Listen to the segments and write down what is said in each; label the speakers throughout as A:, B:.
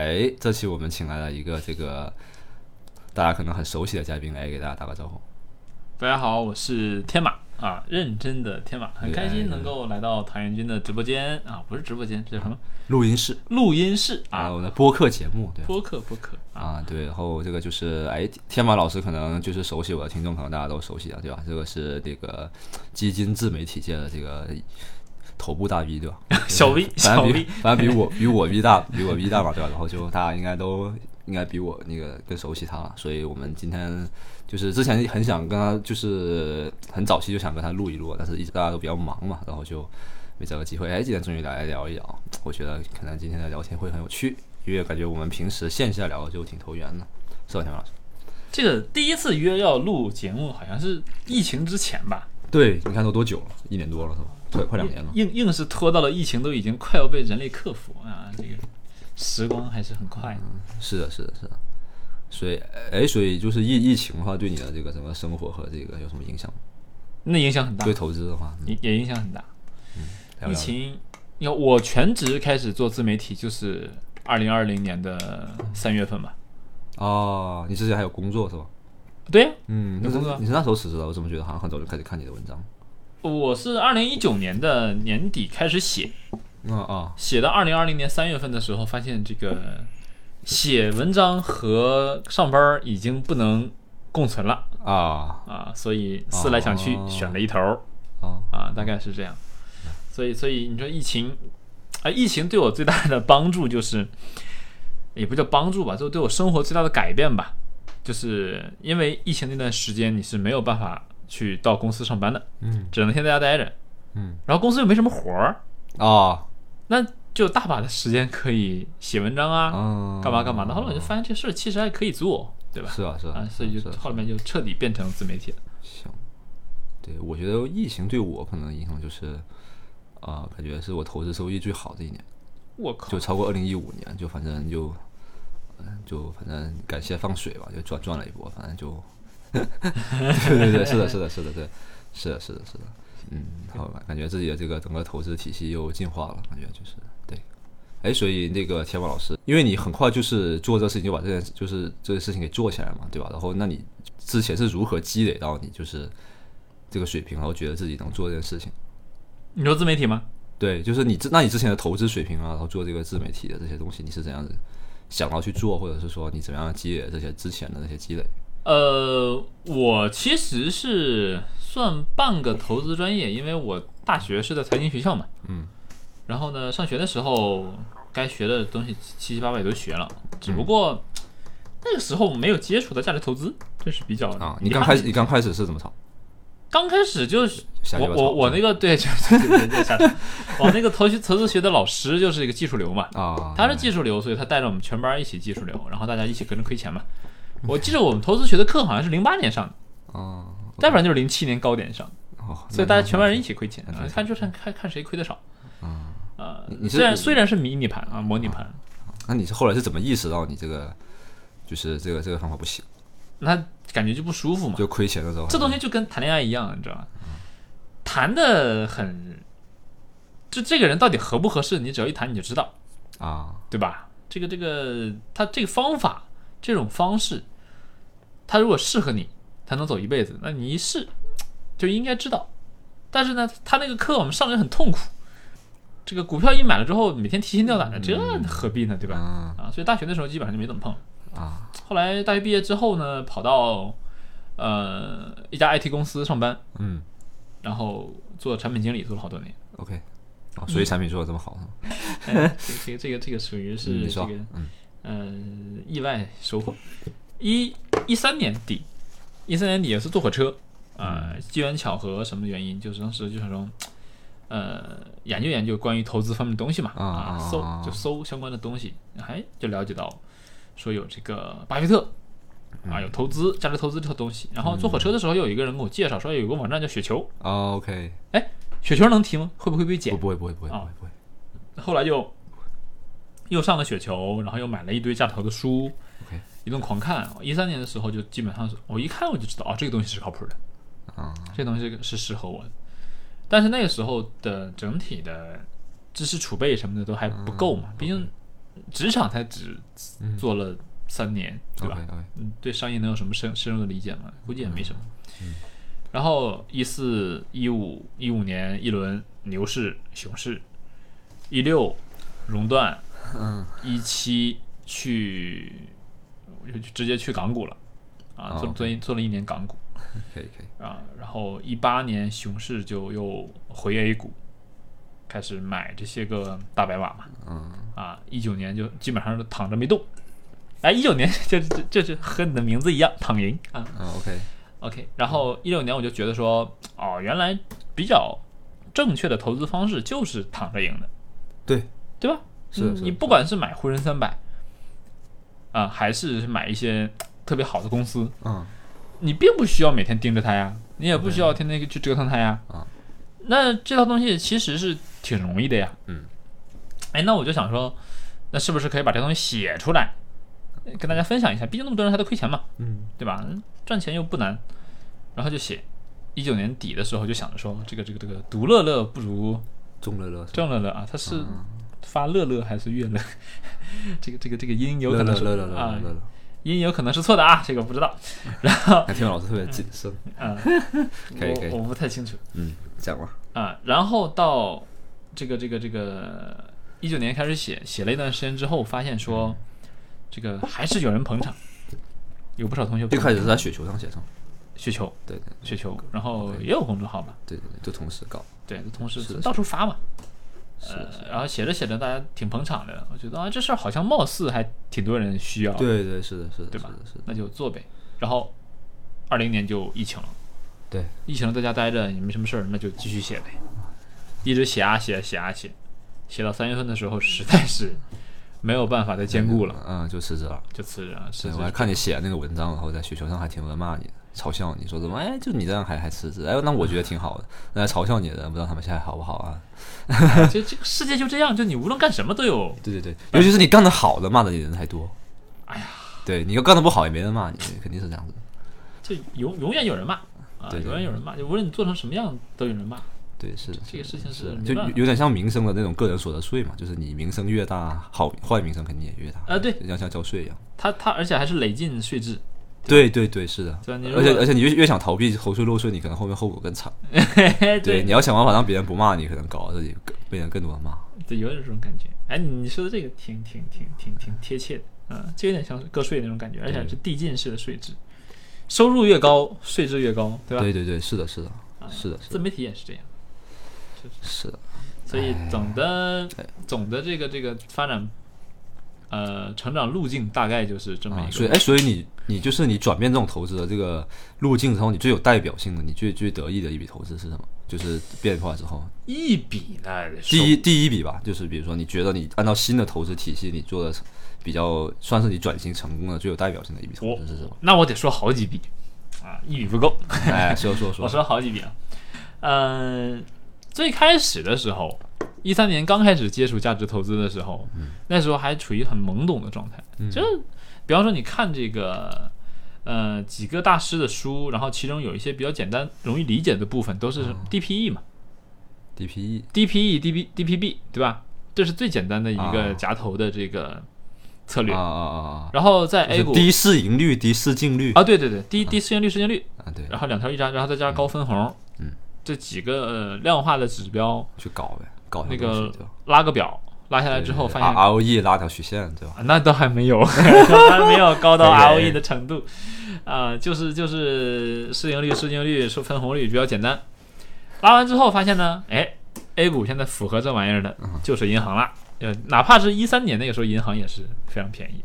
A: 哎，这期我们请来了一个这个大家可能很熟悉的嘉宾来给大家打个招呼。
B: 大家好，我是天马啊，认真的天马，很开心能够来到唐元军的直播间啊，不是直播间，这叫什么？
A: 录音室呃
B: 录音室啊，
A: 我们的播客节目对
B: 播客播客啊，
A: 啊对，然后这个就是哎，天马老师可能就是熟悉我的听众，可能大家都熟悉啊，对吧？这个是这个基金自媒体界的这个头部大 V 对吧？
B: 小 V
A: 反
B: 小
A: 正
B: V
A: 比反正比我比我 V 大比我 V 大嘛对吧？然后就大家应该都应该比我那个更熟悉他了，所以我们今天就是之前很想跟他就是很早期就想跟他录一录，但是一直大家都比较忙嘛，然后就没找个机会。哎，今天终于来聊一聊，我觉得可能今天的聊天会很有趣，因为感觉我们平时线下聊就挺投缘的，是吧，田老师？
B: 这个第一次约要录节目，好像是疫情之前吧，
A: 对，你看都多久了？一年多了是吧？快快两年了。
B: 硬硬是拖到了疫情都已经快要被人类克服啊，这个时光还是很快的。
A: 是的，是的，是的。所以，哎，所以就是疫疫情的话，对你的这个什么生活和这个有什么影响吗？
B: 那影响很大
A: 对，投资的话，嗯
B: 也也影响很大。
A: 聊聊
B: 疫情，你看我全职开始做自媒体就是二零二零年的三月份吧。
A: 哦，你之前还有工作是吧？
B: 对呀、
A: 嗯，
B: 有
A: 你是
B: 工作啊
A: 你是那时候辞职的？我怎么觉得好像很早就开始看你的文章？
B: 我是二零一九年的年底开始写，嗯
A: 啊啊，
B: 写到二零二零年三月份的时候，发现这个写文章和上班儿已经不能共存了
A: 啊
B: 啊，所以思来想去
A: 哦
B: 选了一头儿
A: 啊！
B: 啊，大概是这样。所以，所以你说疫情，啊，疫情对我最大的帮助就是，也不叫帮助吧，就对我生活最大的改变吧，就是因为疫情那段时间你是没有办法去到公司上班的，
A: 嗯
B: 只能先在家待着，
A: 嗯
B: 然后公司又没什么活儿。
A: 啊
B: 那就大把的时间可以写文章啊，
A: 啊！
B: 干嘛干嘛的。后来我就发现这事儿其实还可以做，对吧？
A: 是啊是
B: 啊
A: 啊，，
B: 所以
A: 是
B: 就
A: 啊
B: 后面就彻底变成自媒体了。
A: 行，对，我觉得疫情对我可能影响就是，啊，感觉是我投资收益最好的一年。
B: 我靠
A: 就！超过二零一五年，就反正就，嗯就反正感谢放水吧，就赚赚了一波，反正就， 对对对，是的，是的，是的，对，是的，是的，是的，嗯，好吧，感觉自己的这个整个投资体系又进化了，感觉就是对，哎，所以那个天王老师，因为你很快就是做这事情就把这件就是这个事情给做起来嘛，对吧？然后那你之前是如何积累到你就是这个水平，然后觉得自己能做这件事情？
B: 你说自媒体吗？
A: 对，就是你之那你之前的投资水平啊，然后做这个自媒体的这些东西，你是怎样子想要去做，或者是说你怎么样积累这些之前的那些积累？
B: 呃，我其实是算半个投资专业，因为我大学是在财经学校嘛。
A: 嗯。
B: 然后呢，上学的时候该学的东西七七八八也都学了，只不过、
A: 嗯
B: 那个时候没有接触到价值投资，这是比较
A: 啊，
B: 遗
A: 你刚
B: 憾
A: 开
B: 的
A: 始你刚开始是怎么炒？
B: 刚开始就是
A: 瞎鸡
B: 我
A: 巴
B: 我
A: 炒
B: 我那个对，就是对对 瞎扯我那个投资投资学的老师就是一个技术流嘛，
A: 啊，
B: 他是技术流，所以他带着我们全班一起技术流，然后大家一起跟着亏钱嘛。我记得我们投资学的课好像是零八年上的，
A: 啊，
B: 再不然就是零七年高点上的，
A: 哦，
B: 所以大家全班人一起亏钱
A: 那，挺哦
B: 啊看就是看看看谁亏的少。啊
A: 你你，是
B: 虽然虽然是迷你盘啊，模拟盘，
A: 那你是后来是怎么意识到你这个就是这个这个方法不行，
B: 那感觉就不舒服嘛。
A: 就亏钱的时候？
B: 这东西就跟谈恋爱一样，你知道吗？谈的很，就这个人到底合不合适，你只要一谈你就知道。
A: 啊，
B: 对吧？这个这个，他这个方法这种方式，他如果适合你，他能走一辈子，那你一试就应该知道。但是呢，他那个课我们上的很痛苦，这个股票一买了之后，每天提心吊胆的，这何必呢？对吧？
A: 嗯
B: 啊，所以大学的时候基本上就没怎么碰。
A: 啊
B: 后来大学毕业之后呢，跑到呃一家 IT 公司上班，
A: 嗯
B: 然后做产品经理做了好多年。
A: ，OK，啊，
B: 嗯
A: 所以产品做的这么好，
B: 哎这个这个这个这个属于
A: 嗯
B: 是
A: 你
B: 这
A: 说
B: 个，
A: 嗯
B: 呃，意外收获。一一三年底，一三年底也是坐火车啊、机缘巧合什么原因，就是当时就想说，呃，研究研究关于投资方面的东西嘛，
A: 啊
B: 啊，
A: 啊
B: 搜
A: 啊
B: 就搜相关的东西，哎，就了解到说有这个巴菲特。啊，有投资、价值投资这套东西。然后坐火车的时候，有一个人给我介绍说，有个网站叫雪球，
A: 啊，OK，
B: 雪球能提吗？会不会被剪哦
A: 不？不会不会不会不会不会，
B: 后来又又上了雪球，然后又买了一堆价值投的书
A: OK
B: 一顿狂看。一三年的时候就基本上是我一看我就知道，哦，这个东西是靠谱的，
A: 啊
B: 这个东西是适合我的。但是
A: 嗯
B: 那个时候的整体的知识储备什么的都还不够嘛，毕竟职场才只做了三年，对吧？
A: OK，
B: 嗯，对商业能有什么深深入的理解吗？估计也
A: 嗯
B: 没什么。然后一四一五一五年一轮牛市熊市，一六熔断，
A: 嗯，
B: 一七去就就直接去港股了，啊，
A: 哦
B: 做做一做了一年港股
A: 可以可以，
B: 啊，然后一八年熊市就又回 A 股，开始买这些个大白马嘛，
A: 嗯，
B: 啊，一九年就基本上是躺着没动，哎，一九年就就就是和你的名字一样躺赢啊。
A: 啊 OK，
B: OK，然后一六年我就觉得说，哦，原来比较正确的投资方式就是躺着赢的，
A: 对，
B: 对吧？
A: 是的
B: 你
A: 是的
B: 你不管是买沪深三百，啊，还是买一些特别好的公司，
A: 嗯，
B: 你并不需要每天盯着它呀，你也不需要天天去折腾它呀。
A: 啊
B: 那这套东西其实是挺容易的呀。
A: 嗯。
B: 哎，那我就想说，那是不是可以把这东西写出来，呃跟大家分享一下？毕竟那么多人还在亏钱嘛，
A: 嗯，
B: 对吧？赚钱又不难，然后就写。一九年底的时候就想着说，这个这个这个独乐乐不如
A: 中乐乐，
B: 众乐乐啊，它是
A: 嗯
B: 发乐乐还是乐乐？ 这个这个这个音有
A: 乐
B: 可能
A: 乐
B: 是
A: 乐乐乐
B: 啊
A: 乐，乐乐，
B: 音有可能是错的啊，这个不知道。
A: 还天老师特别谨慎，
B: 嗯，
A: 可以可以
B: 我我不太清楚。
A: 嗯，讲吧，
B: 啊，然后到这个这个这个一九年开始写，写了一段时间之后，发现说这个还是有人捧场，有不少同学
A: 最
B: 捧
A: 开始是在雪球上写上，
B: 雪球
A: 对对
B: 雪球，然后也有公众号嘛，
A: 对对对，就同时搞，
B: 对，同
A: 是
B: 时
A: 的
B: 到处发嘛。
A: 是
B: 呃
A: 的，
B: 然后写着写着，大家挺捧场的，我觉得啊，这事儿好像貌似还挺多人需要，
A: 对对是的是的
B: 啊对
A: 是
B: 吧
A: 的是的，
B: 那就做呗。然后二零年就疫情了，
A: 对，
B: 疫情了在家待着也没什么事儿，那就继续写呗，一直写啊写啊写啊写，写到三月份的时候实在是没有办法再兼顾了，
A: 嗯，就辞职了。
B: 就辞职了。辞
A: 对，
B: 职
A: 我还看你写那个文章，然后在雪球上还挺多人骂你，嘲笑你说怎么哎，就你这样还还辞职，哎，那我觉得挺好的。那嘲笑你的人，不知道他们现在好不好啊？
B: 哎这这个世界就这样，就你无论干什么都有。
A: 对对对，尤其是你干得好的，骂的你人还多。
B: 哎呀，
A: 对你要干得不好，也没人骂你，肯定是这样子。
B: 就永永远有人骂啊，
A: 对对
B: 永远有人骂，就无论你做成什么样都有人骂。
A: 对，是的
B: 这个
A: 是的
B: 事情
A: 是
B: 是
A: 的
B: 没
A: 就
B: 办
A: 有
B: 法
A: 有点像民生的那种个人所得税嘛，就是你名声越大，好坏名声肯定也越大
B: 啊对，
A: 像像交税一样。
B: 他他而且还是累进税制，
A: 对对对，是的。
B: 对吧？你如
A: 而且而
B: 果
A: 且你越越想逃避猴税漏税，你可能后面后果更惨。对，
B: 对
A: 你要想办法让别人不骂你，可能搞得自己更被人更多人骂。
B: 对，有点这种感觉。哎，你说的这个挺挺挺挺挺贴切的，嗯，就有点像个税那种感觉，而且
A: 对
B: 是递进式的税制，收入越高，税制越高，对吧？
A: 对对哎对，是的，是的，
B: 啊
A: 是的，是
B: 自
A: 的，
B: 媒体也是这样，
A: 是的，
B: 所以总的
A: 哎
B: 总的这个这个发展，呃，成长路径大概就是这么
A: 啊，
B: 一
A: 所以
B: 个。
A: 哎，所以你你就是你转变这种投资的这个路径之后，你最有代表性的，你最最得意的一笔投资是什么？就是变化之后，
B: 一笔呢，
A: 第一第一笔吧，就是比如说你觉得你按照新的投资体系，你做的比较算是你转型成功的最有代表性的一笔投
B: 我
A: 资是什么？
B: 那我得说好几笔啊，一笔不够，
A: 哎，说说
B: 我
A: 说，
B: 说好几笔啊。嗯、最开始的时候，一三年刚开始接触价值投资的时候，
A: 嗯
B: 那时候还处于很懵懂的状态。就是，比方说你看这个，呃，几个大师的书，然后其中有一些比较简单、容易理解的部分，都
A: 哦
B: 是 DPE 嘛、
A: DPE，
B: d p e DP、DPB，对吧？这是最简单的一
A: 啊
B: 个夹头的这个策略。
A: 啊啊啊
B: 然后在
A: 啊，就
B: A
A: 是
B: 股
A: 低市盈率、低市净率
B: 啊，对对对，低低市盈率、市盈率，
A: 啊，对，
B: 然后两条一扎，然后再加上高分红，
A: 嗯，
B: 这几个、呃、量化的指标
A: 去搞呗，搞
B: 那
A: 条东西
B: 个
A: 对吧
B: 拉个表，拉下来
A: 对
B: 之后
A: 对啊对
B: 发现
A: ROE 拉条曲线，对吧？
B: 啊那倒还没 有，还没有高到
A: 可以
B: ROE 的程度，啊、就是就是市盈率、市净率、说分红率比较简单。拉完之后发现呢，哎，A 股现在符合这玩意儿的
A: 嗯
B: 就是银行啦，呃，哪怕是一三年那个时候，银行也是非常便宜。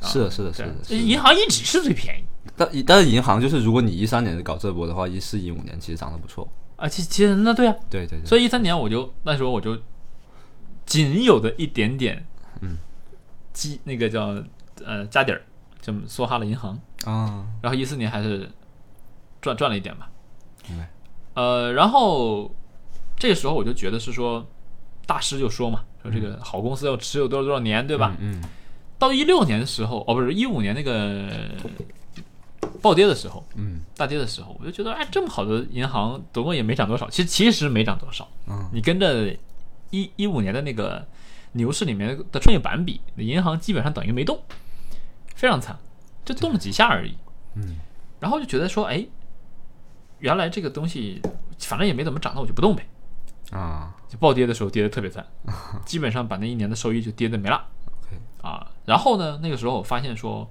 B: 啊
A: 是的，是的，是
B: 对
A: 的，，是的
B: 银行一直是最便宜
A: 但但是银行就是，如果你一三年搞这波的话，一四一五年其实涨得不错。
B: 啊，其其实那对啊，
A: 对对对，
B: 所
A: 以
B: 以一三年我就那时候我就仅有的一点点，
A: 嗯，
B: 积那个叫呃家底儿，就梭哈了银行，
A: 啊，
B: 然后一四年还是赚赚了一点吧，
A: 明白。
B: 呃，然后这个时候我就觉得是说，大师就说嘛，说这个好公司要持有多少多少年，对吧？
A: 嗯，嗯
B: 到一六年的时候，哦，不是一五年那个暴跌的时候，
A: 嗯，
B: 大跌的时候，我就觉得，哎，这么好的银行，总共也没涨多少，其实其实没涨多少。
A: 嗯
B: 你跟着一一五年的那个牛市里面的创业板比，银行基本上等于没动，非常惨，就动了几下而已。
A: 嗯，
B: 然后就觉得说，哎，原来这个东西反正也没怎么涨，那我就不动呗。
A: 啊
B: 就暴跌的时候跌得特别 惨，基本上把那一年的收益就跌得没了
A: ，OK，
B: 啊。然后呢，那个时候我发现说，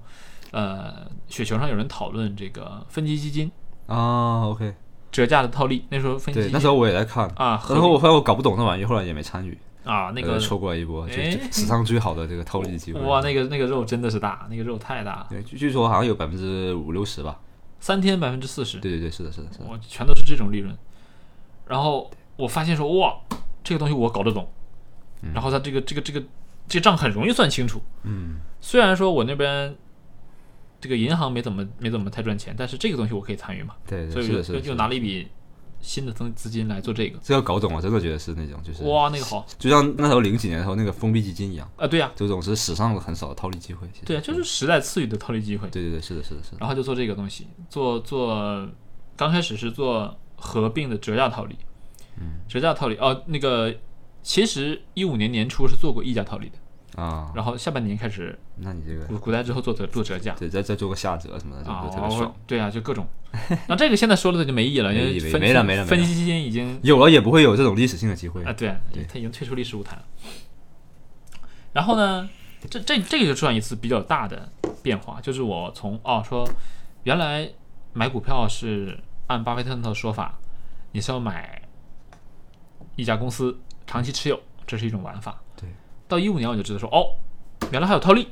B: 呃，雪球上有人讨论这个分级基金
A: 啊，OK，
B: 折价的套利，那时候分级
A: 对，
B: 基金
A: 那时候我也在看，
B: 啊，
A: 然后我发现我搞不懂那玩意，后来也没参与。
B: 啊那
A: 呃
B: 个
A: 错过一波，就
B: 哎
A: 就史上最好的这个套利机会。
B: 哇，那个那个肉真的是大，那个肉太大了，
A: 对，据据说好像有百分之五六十吧。
B: 三天百分之四十，
A: 对对对，是的，是的，是的。
B: 我全都是这种利润。然后我发现说，哇，这个东西我搞得懂，然后它这个这个这个这个账很容易算清楚。
A: 嗯
B: 虽然说我那边这个银行没怎么没怎么太赚钱，但是这个东西我可以参与嘛，，
A: 对
B: 所
A: 对，
B: 以
A: 是
B: 我
A: 的，
B: 就是
A: 的。
B: 又又
A: 是的
B: 拿了一笔新的增资金来做这个。
A: 这个搞懂，我真的觉得是那种，就是
B: 哇，那个好
A: 就像那时候零几年的时候那个封闭基金一样，
B: 啊，对呀、
A: 这种是史上很少的套利机会。其实
B: 对呀、啊就是时代赐予的套利机会。
A: 对对对，是的，是的，是的。
B: 然后就做这个东西，做做，刚开始是做合并的折价套利，嗯，折价套利哦，那个其实一五年年初是做过溢价套利的，
A: 啊，
B: 然后下半年开始
A: 那你这个
B: 股股灾之后做折做折价
A: 对再再做个下折什么的，就
B: 啊
A: 就特别爽。，
B: 对啊，就各种，那这个现在说了就没意义了，因
A: 没
B: 为
A: 意义
B: 分
A: 没了没了没了
B: 分析基金已经
A: 有了也不会有这种历史性的机会
B: 啊，对啊
A: 对，
B: 他已经退出历史舞台了。然后呢，这这这个就算一次比较大的变化，就是我从哦说，原来买股票是按巴菲特的说法，你是要买一家公司长期持有，这是一种玩法。
A: 对，
B: 到一五年我就知道说，哦，原来还有套利，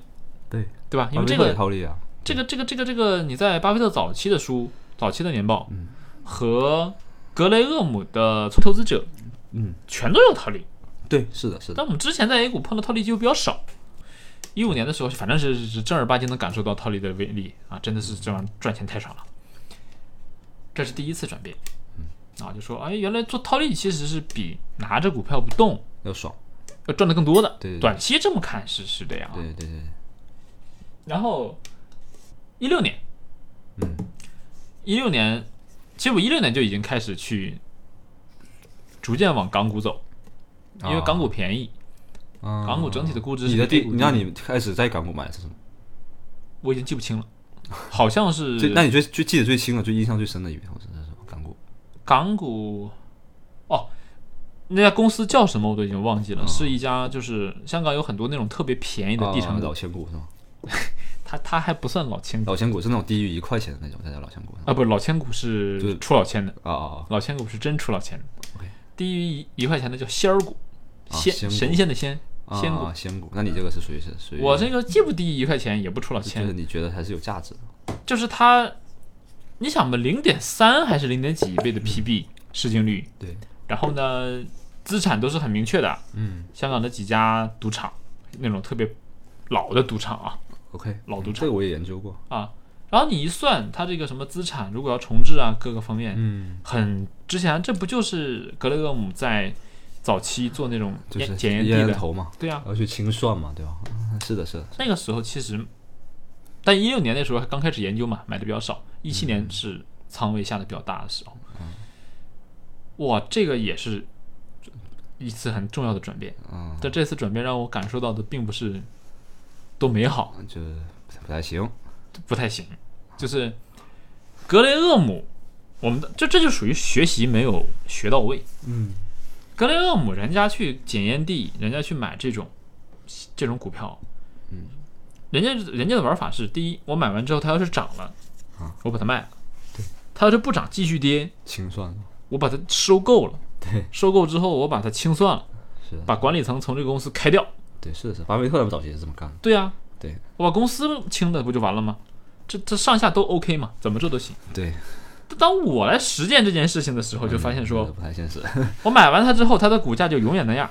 A: 对，
B: 对吧？因为这
A: 巴菲特也
B: 个
A: 套利啊，
B: 这个这个这个这个，你在巴菲特早期的书、早期的年报、
A: 嗯
B: 和格雷厄姆的《投资者》
A: 嗯，
B: 全都有套利。
A: 对，是的，是的，
B: 但我们之前在 A 股碰到套利机会比较少。一五年的时候，反正是是正儿八经能感受到套利的威力啊，真的是这玩意儿赚钱太爽了。这是第一次转变，
A: 嗯
B: 啊，就说哎，原来做套利其实是比拿着股票不动
A: 要爽。
B: 要赚的更多的。
A: 对对对
B: 短期这么看是是这样啊。
A: 对对对，
B: 然后一六年，
A: 嗯，
B: 一六年，其实我一六年就已经开始去逐渐往港股走，因为港股便宜，
A: 啊
B: 港股整体的估值是
A: 你的第，
B: 比 A 股
A: 你让
B: 低
A: 你开始在港股买的是什么？
B: 我已经记不清了，好像 是
A: 最，那你最最记得最清的、最印象最深的一遍，或者是什么港股？
B: 港股，哦，那家公司叫什么我都已经忘记
A: 嗯
B: 了，是一家就是香港有很多那种特别便宜的地产
A: 啊
B: 股，
A: 老千股是吗？
B: 它它还不算老千股
A: 老千股是那种低于一块钱的那种，才叫老千股。
B: 啊，不，老千股
A: 就是
B: 是出老千的，
A: 啊啊
B: 老千股是真出老千的
A: OK，
B: 低于一一块钱的叫仙儿股，
A: 啊仙
B: 仙
A: 股
B: 神仙的仙，
A: 啊！
B: 仙
A: 啊
B: 股，
A: 仙股，那你这个是属于是属于
B: 我这个既不低于一块钱，也不出老
A: 就
B: 千
A: 是，你觉得还是有价值的。
B: 就是它，你想吧，零点三还是零点几倍的 PB
A: 嗯
B: 市净率，
A: 对，
B: 然后呢，资产都是很明确的，
A: 嗯
B: 香港的几家赌场，那种特别老的赌场啊
A: ，OK，
B: 老赌场
A: 这个我也研究过。
B: 啊。然后你一算，它这个什么资产，如果要重置啊，各个方面，
A: 嗯，
B: 很之前这不就是格雷厄姆在早期做那种
A: 就
B: 检
A: 是
B: 检验
A: 烟
B: 地的？
A: 头嘛，
B: 对啊
A: 然，后去清算嘛，对吧？啊是的，是的，
B: 那个时候其实，但一六年那时候还刚开始研究嘛，买的比较少，一七年是仓位下的比较大的时候。哇，这个也是一次很重要的转变。
A: 嗯，
B: 但这次转变让我感受到的并不是多美好，
A: 就是不太行。
B: 不太行。就是格雷厄姆，我们的这这就属于学习没有学到位。
A: 嗯，
B: 格雷厄姆人家去检验地，人家去买这种这种股票，
A: 嗯，
B: 人家人家的玩法是：第一，我买完之后它要是涨了
A: 啊，
B: 我把它卖了；它要是不涨继续跌，
A: 清算
B: 我把它收购了。
A: 对，
B: 收购之后我把它清算了，
A: 是的，
B: 把管理层从这个公司开掉。
A: 对，是的，是的巴菲特他们早期也是这么干的。
B: 对啊，
A: 对，
B: 我把公司清了不就完了吗？这这上下都 OK 嘛，怎么做都行。
A: 对，
B: 但当我来实践这件事情的时候，就发现
A: 嗯
B: 说，
A: 不太现 实。
B: 我买完它之后，它的股价就永远那样，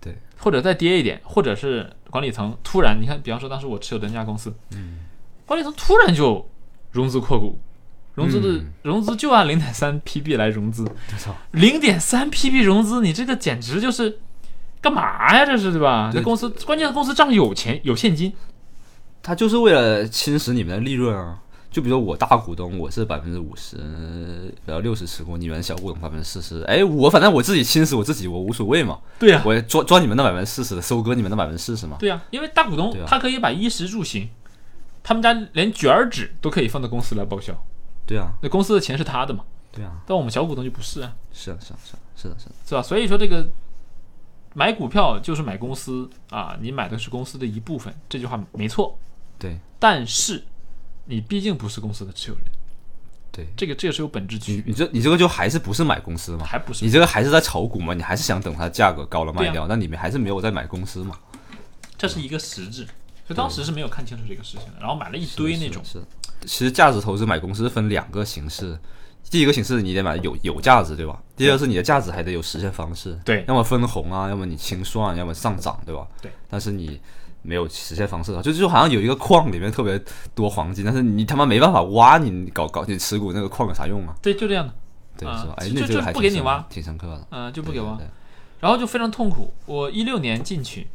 A: 对，
B: 或者再跌一点，或者是管理层突然，你看，比方说当时我持有的那家公司，
A: 嗯
B: 管理层突然就融资扩股，融资的
A: 嗯
B: 融资就按零点三 PB 来融资，
A: 我操，
B: 零点三 PB 融资，你这个简直就是干嘛呀？这是对吧？
A: 对
B: 这公司关键公司账有钱有现金，
A: 他就是为了侵蚀你们的利润啊！就比如说我大股东，我是百分之五十，然后六十持股，你们小股东百分之四十，哎，我反正我自己侵蚀我自己，我无所谓嘛，
B: 对呀、
A: 我抓抓你们的百分之四十的，收割你们的百分之四十嘛，
B: 对呀、因为大股东
A: 对啊
B: 他可以把衣食住行，他们家连卷儿纸都可以放到公司来报销，
A: 对啊，
B: 那公司的钱是他的嘛，
A: 对啊，
B: 但我们小股东就不是啊，
A: 是啊，是啊，是啊，是的，是的，
B: 是吧？所以说这个买股票就是买公司啊，你买的是公司的一部分，这句话没错，
A: 对
B: 但是你毕竟不是公司的持有人，
A: 对，
B: 这个这个是有本质区
A: 你
B: 别，
A: 这你这个就还是不是买公司嘛？
B: 还不是
A: 你这个还是在炒股嘛？你还是想等它价格高了
B: 对
A: 卖
B: 啊
A: 掉，那你们还是没有在买公司嘛？
B: 这是一个实质。所以当时是没有看清楚这个事情的，然后买了一堆那种，
A: 是的。其实价值投资买公司分两个形式，第一个形式你得买有有价值，对吧？第二是你的价值还得有实现方式，
B: 对
A: 要么分红啊，要么你清算，要么上涨，对吧？
B: 对。
A: 但是你没有实现方式的话，就就好像有一个矿里面特别多黄金，但是你他妈没办法挖，你你搞搞你持股那个矿有啥用啊？
B: 对，就这样的，
A: 对，
B: 啊
A: 是吧？哎，
B: 就
A: 那
B: 就
A: 这个还
B: 不
A: 挺
B: 给你
A: 深
B: 挖
A: 挺深刻的。
B: 嗯、就不给
A: 对
B: 挖
A: 对。
B: 然后就非常痛苦。我一六年进去，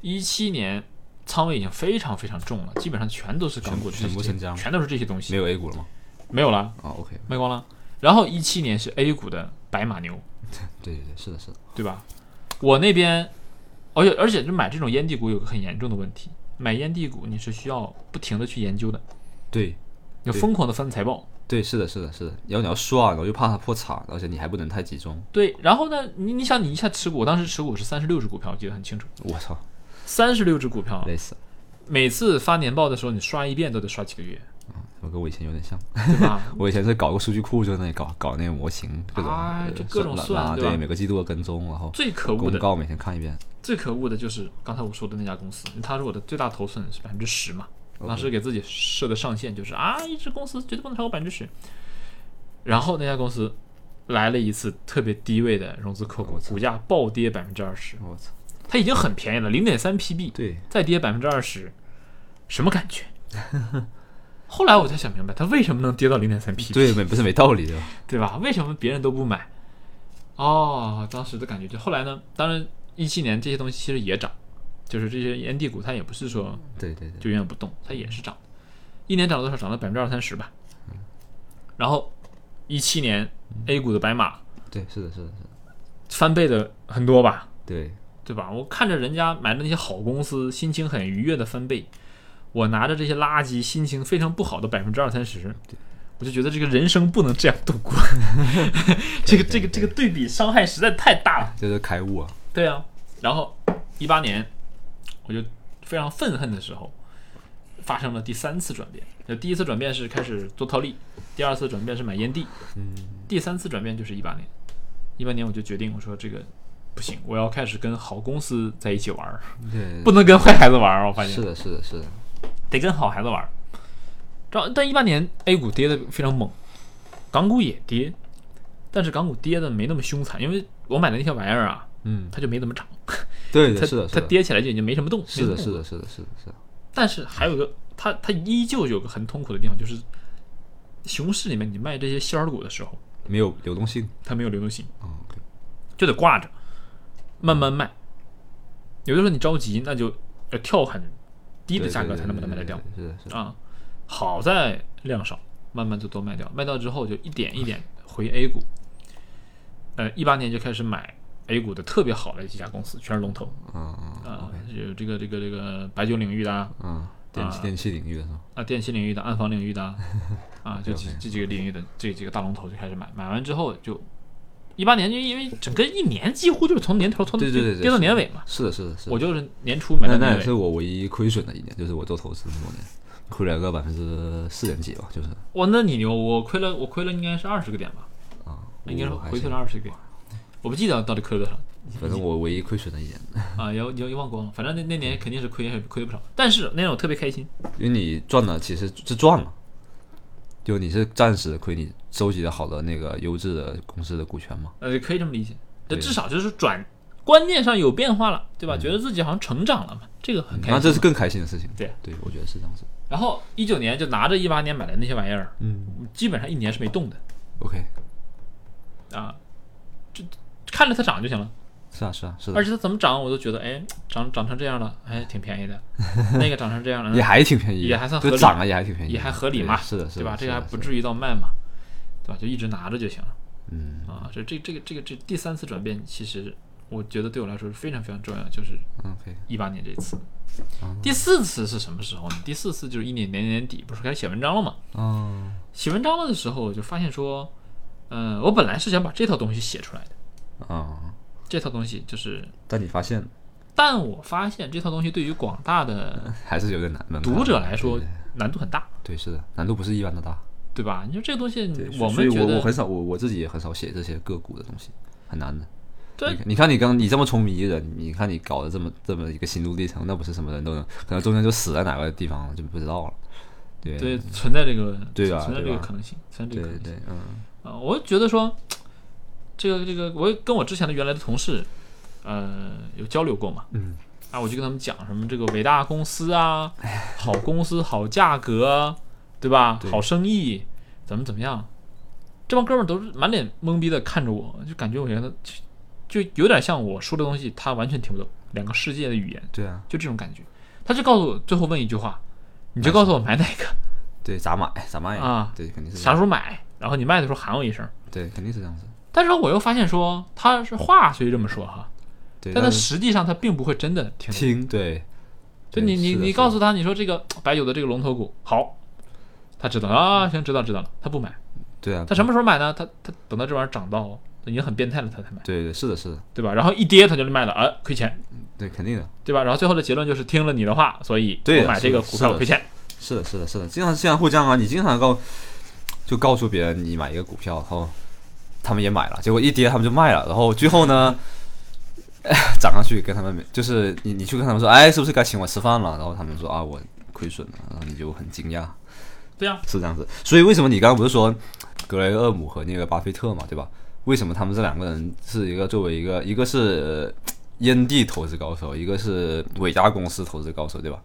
B: 一七年仓位已经非常非常重了，基本上全都是港股，
A: 全全部
B: 这些
A: 新疆
B: 全都是这些东西，
A: 没有 A 股了吗？
B: 没有了，
A: 啊，OK，
B: 卖光了。然后一七年是 A 股的白马牛，
A: 对对对，是的，是的，
B: 对吧？我那边，而且而且就买这种烟蒂股有个很严重的问题，买烟蒂股你是需要不停的去研究的，
A: 对
B: 要
A: 对
B: 疯狂的翻财报。
A: 对，是的，是的，是的。然后你要算，然后又啊怕它破产，而且你还不能太集中。
B: 对，然后呢，你你想你一下持股，我当时持股是三十六只股票，我记得很清楚，
A: 我操，
B: 哦三十六只股票，
A: 累死了，
B: 每次发年报的时候你刷一遍都得刷几个月，
A: 我跟我以前有点像。
B: 对吧？
A: 我以前是搞个数据库，就在那里搞搞那个模型，各种
B: 啊
A: 呃
B: 就各种
A: 算
B: 算
A: 啊
B: 对吧
A: 对，每个季度的跟踪，然后
B: 最可恶
A: 公
B: 的，
A: 告每天看一遍。
B: 最可恶的就是刚才我说的那家公司，它是我的最大头寸是百分之十嘛，当时给自己设的上限就是啊，一只公司绝对不能超过百分之十。然后那家公司来了一次特别低位的融资控股，股价暴跌百分之二十，
A: 我操，
B: 它已经很便宜了，零点三 PB，
A: 对，
B: 再跌百分之二十，什么感觉？ 后来我才想明白，它为什么能跌到零点三 PB，
A: 对，没不是没道理的，
B: 对吧？为什么别人都不买？哦，当时的感觉就后来呢，当然一七年这些东西其实也涨，就是这些烟蒂股它也不是说
A: 对对对，
B: 就永远不动，它也是涨的，一年涨了多少？涨了百分之二三十吧。然后一七年 A 股的白马
A: 对，是的，是的，是的，
B: 翻倍的很多吧，
A: 对，
B: 对吧？我看着人家买的那些好公司，心情很愉悦的翻倍，我拿着这些垃圾，心情非常不好的百分之二三十，我就觉得这个人生不能这样度过。 这个这个这个对比伤害实在太大了。
A: 这是开悟啊，
B: 对啊，然后一八年，我就非常愤恨的时候，发生了第三次转变。就第一次转变是开始做套利，第二次转变是买烟蒂，第三次转变就是一八年。一八年我就决定，我说这个不行，我要开始跟好公司在一起玩儿，
A: 对，
B: 不能跟坏孩子玩儿。我发现
A: 是的，是的，是的，
B: 得跟好孩子玩儿。然后但一八年 A 股跌的非常猛，港股也跌，但是港股跌的没那么凶残，因为我买的那些玩意儿啊，
A: 嗯，
B: 它就没怎么涨。
A: 对
B: 它
A: 的，是的，
B: 它
A: 是的，
B: 跌起来就已经没什么动，
A: 是的，是
B: 的。
A: 的，是的，是的，是的，
B: 但是还有一个，它它依旧有个很痛苦的地方，就是熊市里面你卖这些仙儿股的时候，
A: 没有流动性，
B: 它没有流动性，
A: 嗯，OK，
B: 就得挂着，慢慢卖。有的时候你着急，那就要跳很低的
A: 对
B: 价格
A: 对
B: 才
A: 对
B: 能把它卖
A: 对
B: 得
A: 对
B: 掉
A: 对是的，是的，
B: 啊。好在量少，慢慢就都卖掉，卖掉之后就一点一点回 A 股。呃，一八年就开始买 A 股的特别好的几家公司，全是龙头
A: 嗯嗯
B: 啊，有这个这个这个白酒领域的啊，
A: 嗯，电器
B: 啊
A: 电器领域的是吧？
B: 啊，电器领域的、暗房领域的啊， 啊，就这这几个领域的这几个大龙头就开始买，买完之后就一八年就因为整个一年几乎就是从年头从
A: 对对对对
B: 跌到
A: 是
B: 年尾嘛，
A: 是的，是的，是的。
B: 我就是年初买
A: 那
B: 到
A: 那
B: 年
A: 也是
B: 尾，
A: 我唯一亏损的一年，就是我做投资那么多年，亏了个百分之四点几吧，就是
B: 哇，那你牛，我亏了我亏了应该是二十个点吧，
A: 啊，
B: 应该是
A: 我还
B: 回退
A: 行
B: 了二十个点，我不记得到底亏了多少，
A: 反正我唯一亏损的一年，
B: 啊，也也也忘光了，反正那那年肯定是亏亏不少，但是那年我特别开心，
A: 因为你赚了其实是赚了，就你是暂时的亏，你收集了好的那个优质的公司的股权嘛，
B: 呃，可以这么理解，这
A: 对
B: 至少就是转观念上有变化了，对吧？觉得自己好像成长了嘛，这个很开
A: 那
B: 心。
A: 啊这是更开心的事情。
B: 对
A: 对，我觉得是这样子。
B: 然后一九年就拿着一八年买的那些玩意儿，
A: 嗯
B: 基本上一年是没动的
A: ，OK，
B: 啊，就看着它涨就行了，
A: 是啊是啊是
B: 而
A: 的，
B: 且它怎么涨我都觉得，哎，涨涨成这样了，哎，挺便 宜的。那个涨成这样了，
A: 也还挺便宜的，
B: 也还算合
A: 就
B: 理
A: 涨了也还挺便宜的，
B: 也还合理
A: 对
B: 嘛，
A: 是的，是的，
B: 对吧？
A: 是
B: 这个还
A: 的
B: 不
A: 是的
B: 至于到卖嘛，对吧？就一直拿着就行了
A: 嗯
B: 啊。这这这个这个这第三次转变，其实我觉得对我来说是非常非常重要的，就是
A: ，OK，
B: 一八年这一次
A: 哦。
B: 第四次是什么时候呢？第四次就是一年年年底，不是开始写文章了嘛？
A: 哦，
B: 写文章了的时候，我就发现说，嗯、我本来是想把这套东西写出来的，
A: 啊，
B: 这套东西就是，
A: 但你发现
B: 但我发现这套东西对于广大的
A: 还是有点难的，
B: 读者来说
A: 对对
B: 难度很大，
A: 对是的，难度不是一般的大，
B: 对吧？你说这个东西
A: 对，，
B: 我
A: 所以
B: 们觉
A: 我我
B: 得
A: 很少，我我自己也很少写这些个股的东西，很难的。
B: 对
A: 你看你看你刚你这么聪明的人，你看你搞的这么这么一个心路历程，那不是什么人都能，可能中间就死在哪个地方了，就不知道了。对
B: 对存在这个
A: 对吧
B: 存在这
A: 对
B: 个
A: 吧
B: 可能性，存在这
A: 对
B: 个可能
A: 对
B: 性
A: 对，嗯，
B: 啊、我觉得说这个这个，我也跟我之前的原来的同事呃有交流过嘛，
A: 嗯，
B: 啊，我就跟他们讲什么这个伟大公司啊，好公司好价格啊，对吧？
A: 对
B: 好生意怎么怎么样？这帮哥们儿都是满脸懵逼的看着我，就感觉我觉得就就有点像我说的东西，他完全听不懂，两个世界的语言，
A: 对啊，
B: 就这种感觉。他就告诉我最后问一句话，你就告诉我买哪个，
A: 对咋买咋卖
B: 啊
A: 对，肯定是这
B: 啥
A: 样，
B: 时候买，然后你卖的时候喊我一声。
A: 对，肯定是这样子。
B: 但是我又发现说他是话虽这么说哈，
A: 对，
B: 但他
A: 但是
B: 实际上他并不会真的听懂。
A: 听对，对
B: 就你你
A: 是的
B: 你
A: 是的
B: 告诉他，你说这个白酒的这个龙头股好，他知道
A: 嗯
B: 啊，行，知道知道了，他不买。
A: 对啊
B: 他，什么时候买呢？他他等到这玩意儿涨到已经很变态了，他才买，
A: 对对是的是的，
B: 对吧？然后一跌他就卖了，啊，亏钱，
A: 对，肯定的，
B: 对吧？然后最后的结论就是听了你的话，所以
A: 对
B: 我买这个
A: 是的
B: 股票
A: 是
B: 我
A: 的
B: 亏钱。
A: 是的是的是的，经常经常互相啊，你经常告就告诉别人你买一个股票，然后他们也买了，结果一跌他们就卖了，然后最后呢？ 涨上去跟他们就是你，你去跟他们说，哎，是不是该请我吃饭了？然后他们说啊，我亏损了，然后你就很惊讶，
B: 对啊呀，
A: 是这样子。所以为什么你刚刚不是说格雷厄姆和那个巴菲特嘛，对吧？为什么他们这两个人是一个作为一个一个是呃烟蒂投资高手，一个是伟大公司投资高手，对吧？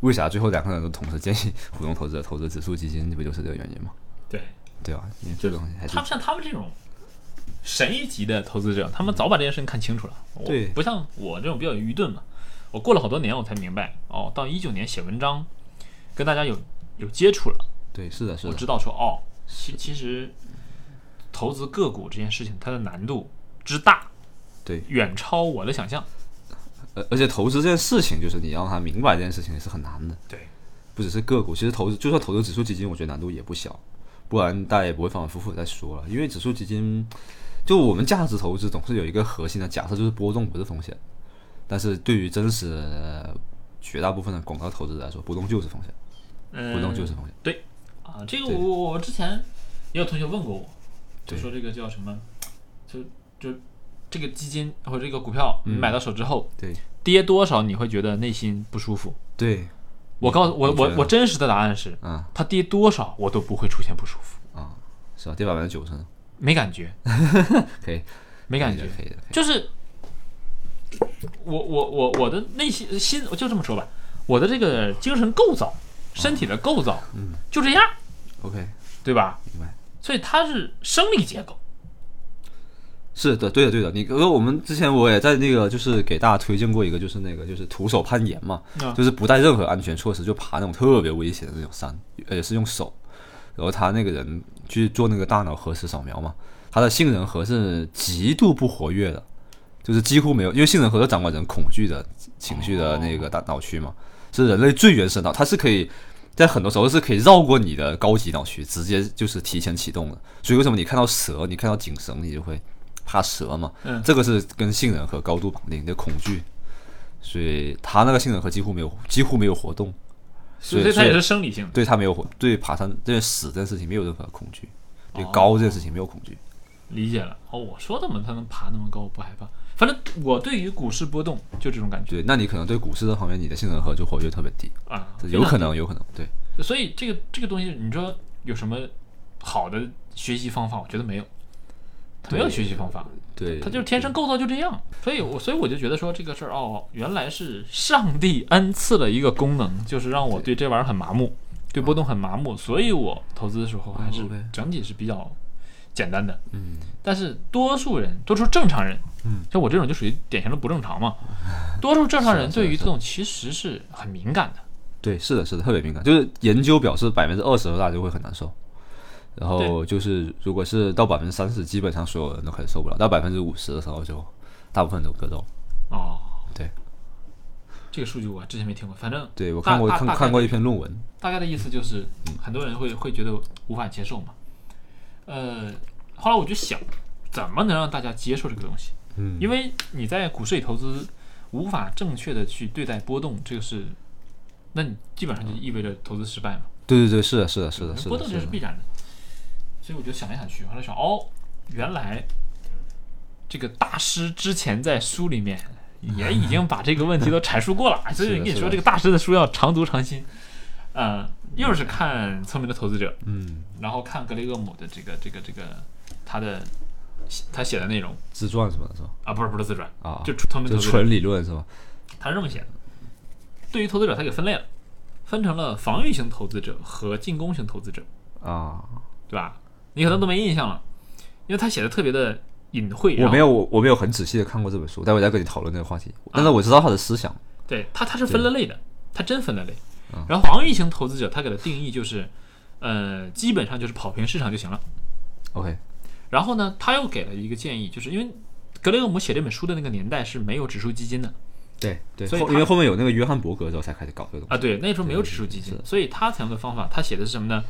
A: 为啥最后两个人都同时建议 股东投资者投资指数基金？这不就是这个原因吗？
B: 对
A: 对吧？因为这个东西还是
B: 他们像他们这种神一级的投资者，他们早把这件事情看清楚了。我
A: 对
B: 不像我这种比较愚钝嘛，我过了好多年我才明白，哦，到一九年写文章，跟大家有有接触了。
A: 对，是的，是
B: 我
A: 的，
B: 知道说哦，其其实投资个股这件事情，它的难度之大，
A: 对。
B: 远超我的想象。
A: 呃而而且投资这件事情，就是你让他明白这件事情是很难的。
B: 对，
A: 不只是个股，其实投资就算投资指数基金，我觉得难度也不小，不然大家也不会反反复复地在说了。因为指数基金，就我们价值投资总是有一个核心的假设，就是波动不是风险。但是对于真实呃绝大部分的广告投资者来说，波动就是风险，
B: 嗯，
A: 波动就是风险。
B: 对啊，这个
A: 对
B: 我我我之前也有同学问过我，就
A: 对
B: 说这个叫什么，就就这个基金或者这个股票，你买到手之后、
A: 嗯对
B: 跌多少，你会觉得内心不舒服？
A: 对，
B: 我告诉我
A: 你觉
B: 我
A: 得
B: 我真实的答案是，
A: 啊
B: 它跌多少我都不会出现不舒服，
A: 啊，是吧？跌百分之九十呢，
B: 没感觉，
A: 可以，
B: 没感觉。
A: 可以的，可以的。
B: 就是我我我我的内心心，我就这么说吧，我的这个精神构造、身体的构造，
A: 嗯，
B: 就这样，
A: OK，
B: 对吧？
A: 明白。
B: 所以它是生理结构，
A: 是的，对的，对的。你呃，我们之前我也在那个就是给大家推荐过一个，就是那个就是徒手攀岩嘛，
B: 啊
A: 就是不带任何安全措施就爬那种特别危险的那种山，而且是用手。然后他那个人去做那个大脑核磁扫描嘛，他的杏仁核是极度不活跃的，就是几乎没有，因为杏仁核是掌管人恐惧的情绪的那个大脑区嘛，是人类最原始的脑，它是可以在很多时候是可以绕过你的高级脑区，直接就是提前启动的。所以为什么你看到蛇，你看到警绳，你就会怕蛇嘛？
B: 嗯
A: 这个是跟杏仁核高度绑定的恐惧，所以它那个杏仁核几乎没有几乎没有活动，
B: 所以
A: 是
B: 它
A: 是
B: 也是生理性的。
A: 对它没有活对爬山对死这件事情没有任何恐惧，对高这件事情没有恐惧。
B: 理解了哦，我说怎么它能爬那么高，我不害怕。反正我对于股市波动就这种感觉
A: 对，那你可能对股市这方面你的杏仁核就活跃特别低，
B: 啊，
A: 这有可
B: 非常
A: 能有可能对。
B: 低。所以这个这个东西，你说有什么好的学习方法？我觉得没有，它没有
A: 对
B: 学习方法。
A: 对，
B: 他就是天生构造就这样，所以我所以我就觉得说这个事儿哦，原来是上帝恩赐了一个功能，就是让我对这玩意儿很麻木，对波动很麻木，所以我投资的时候还是
A: 嗯哦，OK
B: 整体是比较简单的，
A: 嗯，
B: 但是多数人，多数正常人，
A: 嗯，
B: 像我这种就属于典型的不正 常嘛，多数正常人
A: 是的
B: 对于
A: 是啊
B: 这
A: 的
B: 种其实是很敏感的，
A: 对，是的，是的，特别敏感。就是研究表示百分之二十的大就会很难受，然后就是如果是到百分之三十，基本上所有人都很受不了。到百分之五十的时候，就大部分都割肉。
B: 哦，
A: 对，
B: 这个数据我之前没听过，反正
A: 对我
B: 大
A: 看过
B: 大
A: 看
B: 大概
A: 看过一篇论文，
B: 大概的意思就是，嗯很多人会会觉得无法接受嘛。呃，后来我就想，怎么能让大家接受这个东西？
A: 嗯
B: 因为你在股市里投资，无法正确的去对待波动，这个是，那你基本上就意味着投资失败嘛。
A: 对对对，是的，是的，是的，是
B: 波
A: 的，
B: 动
A: 是
B: 这
A: 的
B: 是，必然的。所以我就想来想去，后来想，哦，原来这个大师之前在书里面也已经把这个问题都阐述过 了，所以
A: 是的
B: 跟你
A: 是
B: 说，
A: 的
B: 这个大师的书要常读常新。呃，又是看《聪明的投资者》，
A: 嗯，
B: 然后看格雷厄姆的这个这个这个他的他写的内容
A: 自传什么的是吧？
B: 啊，不是不是自传，
A: 啊，
B: 就《聪明
A: 就
B: 的投资者》，
A: 纯理论是吧？
B: 他是这么写的。对于投资者，他给分类了，分成了防御型投资者和进攻型投资者。
A: 啊，
B: 对吧？你可能都没印象了，因为他写的特别的隐晦。
A: 我没
B: 有，
A: 有我我没有很仔细的看过这本书，待会再跟你讨论这个话题。但是我知道他的思想，
B: 对啊他他是分了类的，他真分了类
A: 嗯。
B: 然后防御型投资者他给的定义就是，呃，基本上就是跑偏市场就行了。
A: OK，
B: 然后呢，他又给了一个建议，就是因为格雷厄姆写这本书的那个年代是没有指数基金的
A: 对对，
B: 所以
A: 后
B: 他
A: 因为后面有那个约翰伯格之后才开始搞这个东西
B: 啊，对，那时候没有指数基金，所以他采用的方法，他写的是什么呢？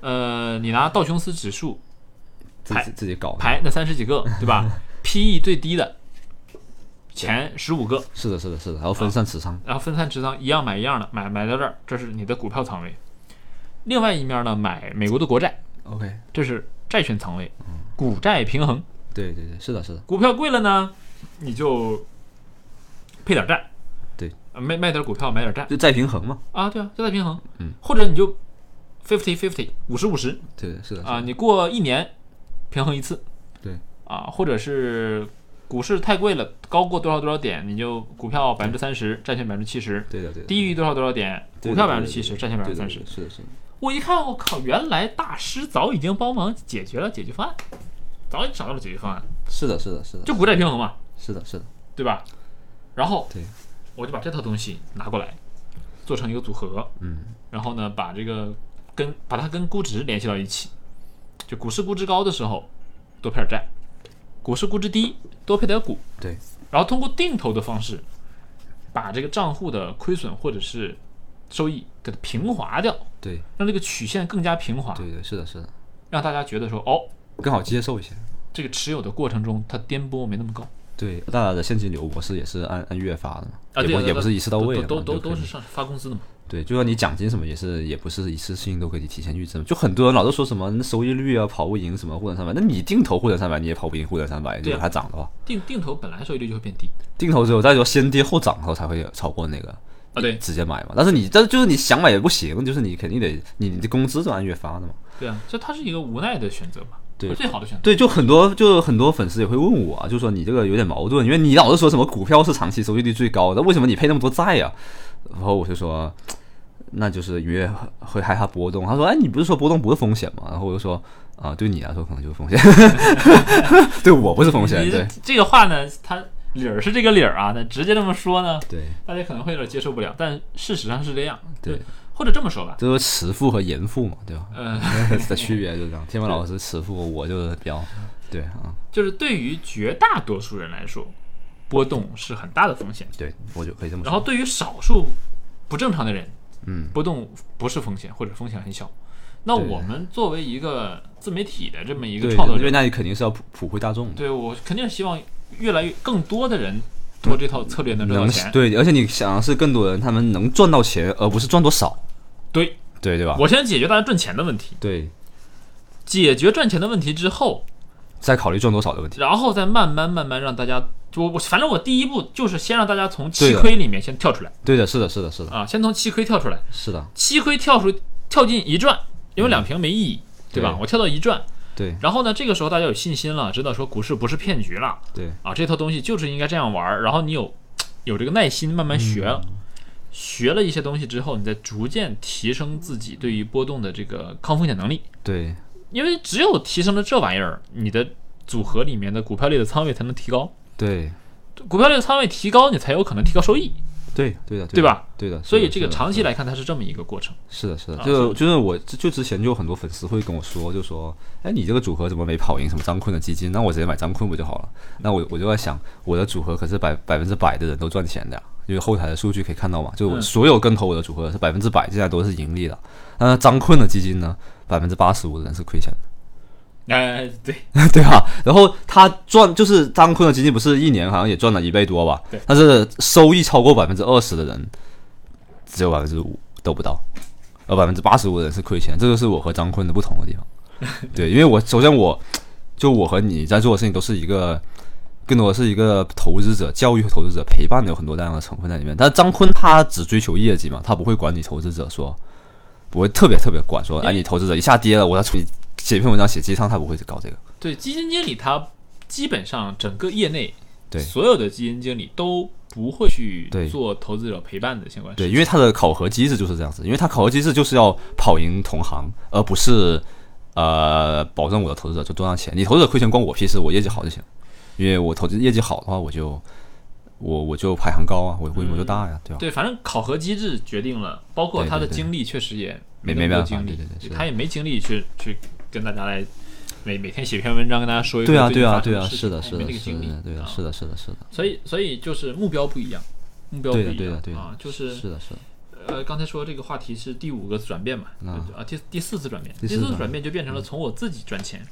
B: 呃，你拿道琼斯指数，
A: 自
B: 排
A: 己自己搞的。
B: 排那三十几个，对 吧？PE 最低的前十五个，
A: 是的，是的，是的，然后分散持仓，
B: 然后分散持仓，一样买一样的，买买到这儿，这是你的股票仓位。另外一面呢，买美国的国债，
A: OK，
B: 这是债券仓位，股债平衡。
A: 对对对，是的，是的，
B: 股票贵了呢，你就配点债，
A: 对
B: 呃，卖卖点股票，买点债
A: 就再平衡嘛，
B: 啊，对啊，就在平衡。
A: 嗯，
B: 或者你就 fifty fifty 五十五十
A: 对，是的，
B: 啊，
A: 是的，
B: 你过一年平衡一次。
A: 对
B: 啊，或者是股市太贵了，高过多少多少点，你就股票百分之三十，债券百分之七十。
A: 对的，对的，
B: 低于多少多少点，
A: 对的
B: 股票百
A: 对
B: 分
A: 的
B: 之七十，
A: 对的
B: 债券百分
A: 对
B: 之
A: 的对
B: 三十
A: 的。是的，是的，
B: 我一看，我靠，原来大师早已经帮忙解决了解决方案，早已找到了解决方案，
A: 是的，是的，是的，
B: 就股债平衡嘛，
A: 是的，是的，
B: 对吧？然后
A: 对，
B: 我就把这套东西拿过来，做成一个组合，
A: 嗯，
B: 然后呢，把这个跟把它跟估值联系到一起，就股市估值高的时候多配点债，股市估值低多配点股，
A: 对，
B: 然后通过定投的方式，把这个账户的亏损或者是收益给它平滑掉，
A: 对，
B: 让这个曲线更加平滑，
A: 对对，是的，是的，
B: 让大家觉得说，哦，
A: 更好接受一些。
B: 这个持有的过程中它颠簸没那么高
A: 对，大家的现金流模式也是按按月发的嘛，
B: 啊，
A: 也
B: 对啊，
A: 不也
B: 对啊
A: 不是一次到位的嘛，
B: 都都
A: 就
B: 都
A: 可
B: 都
A: 以
B: 是上发工资的嘛，
A: 对，就算你奖金什么也是，也不是一次性都给你提前预支。就很多人老是说什么那收益率啊，跑不赢什么沪深三百，那你定投沪深三百你也跑不赢沪深三百，如
B: 对啊
A: 果它涨的话，
B: 定定投本来收益率就会变低
A: 定投之后再说先跌后涨的时候才会超过那个
B: 啊，对
A: 直接买嘛。但是你但是就是你想买也不行，就是你肯定得你你的工资是按月发的嘛。
B: 对啊，所以它是一个无奈的选择嘛，
A: 对
B: 不是最好的选择，
A: 对，就很多就很多粉丝也会问我啊，就说你这个有点矛盾，因为你老是说什么股票是长期收益率最高的，为什么你配那么多债呀、然后我就说，那就是因为会害怕波动。他说，哎，你不是说波动不是风险吗？然后我就说，啊，对你来说可能就是风险， 对我不是风险，
B: 你
A: 对
B: 这这个话呢，它理儿是这个理儿啊，那直接这么说呢，
A: 对
B: 大家可能会有点接受不了，但事实上是这样，
A: 对，
B: 或者这么说吧，
A: 这就是慈父和严父嘛，对吧？
B: 呃，
A: 的区别就是这样，天文老师慈父，我就是比较对啊，
B: 就是对于绝大多数人来说，波动是很大的风险。
A: 对我就可以这么说。
B: 然后对于少数不正常的人，
A: 嗯，
B: 波动不是风险或者风险很小。那
A: 对
B: 我们作为一个自媒体的这么一个
A: 对，
B: 创作
A: 因为
B: 者，
A: 那你肯定是要普普惠大众的。
B: 对我肯定是希望越来越更多的人通过这套策略能赚到
A: 能
B: 钱。
A: 对，而且你想的是更多人他们能赚到钱，而不是赚多少，
B: 对，
A: 对对吧？
B: 我先解决大家赚钱的问题，
A: 对，
B: 解决赚钱的问题之后，
A: 再考虑赚多少的问题。
B: 然后再慢慢慢慢让大家，我我反正我第一步就是先让大家从
A: 对
B: 七
A: 的
B: 亏里面先跳出来
A: 对的，是的，是的，是的，
B: 啊，先从七亏跳出来。
A: 是的，
B: 七亏跳出跳进一转，因为两平没意义，对吧？
A: 对
B: 我跳到一转，
A: 对
B: 然后呢，这个时候大家有信心了，知道说股市不是骗局了
A: 对
B: 啊，这套东西就是应该这样玩儿。然后你有有这个耐心慢慢学，
A: 嗯
B: 学了一些东西之后，你再逐渐提升自己对于波动的这个抗风险能力。
A: 对
B: 因为只有提升了这玩意儿，你的组合里面的股票类的仓位才能提高，
A: 对
B: 股票类的仓位提高，你才有可能提高收益。
A: 对对的，
B: 对吧？
A: 对的，
B: 所以
A: 是的
B: 这个
A: 是的
B: 长期来看，它是这么一个过程。
A: 是的，是的，
B: 啊
A: 就就是我就之前就有很多粉丝会跟我说，就说，哎，你这个组合怎么没跑赢什么张坤的基金？那我直接买张坤不就好了？那我我就在想，我的组合可是百百分之百的人都赚钱的呀，因为后台的数据可以看到嘛，就我
B: 嗯
A: 所有跟投我的组合是百分之百，现在都是盈利的。那张坤的基金呢，百分之八十五的人是亏钱的。
B: 哎，对，
A: 对吧？然后他赚就是张坤的基金，不是一年好像也赚了一倍多吧？
B: 对
A: 但是收益超过百分之二十的人，只有百分之五都不到，而百分之八十五的人是亏钱。这就是我和张坤的不同的地方。对，因为我首先我就我和你在做的事情都是一个。更多的是一个投资者、教育和投资者陪伴的有很多大量的成分在里面。但张坤他只追求业绩嘛，他不会管你投资者说，不会特别特别管说，哎，你投资者一下跌了，我要出去写一篇文章写鸡汤，他不会搞这个。
B: 对，基金经理他基本上整个业内，
A: 对
B: 所有的基金经理都不会去
A: 对
B: 做投资者陪伴的相关事
A: 对，
B: 情。
A: 因为它的考核机制就是这样子，因为它考核机制就是要跑赢同行，而不是呃保证我的投资者就多赚钱。你投资者亏钱关我屁事，我业绩好就行。因为我投资业绩好的话，我就我我就排行高啊，我规模就大呀、对吧？
B: 对，反正考核机制决定了，包括
A: 对对
B: 他的
A: 对
B: 精力确实也
A: 没
B: 那么
A: 没
B: 多
A: 办法
B: 精
A: 对
B: 力，
A: 对对是的
B: 他也没精力去去跟大家来每每天写篇文章跟大家说一说
A: 对啊，
B: 最近
A: 对啊，
B: 发生
A: 对啊，
B: 事
A: 是
B: 情
A: 的，
B: 他
A: 是的，
B: 也没这
A: 是
B: 个精力
A: 的，对的，
B: 啊
A: 是的，是的，是的，
B: 所以所以就是目标不一样，目标不
A: 对
B: 一
A: 的，
B: 样
A: 对的，对的
B: 啊，，就是
A: 是的，是的，
B: 呃，刚才说这个话题是第五个转变嘛？
A: 啊
B: 对啊，第第四次转变，
A: 第
B: 第
A: 四次
B: 四次
A: 转
B: 转变就变成了从我自己赚钱，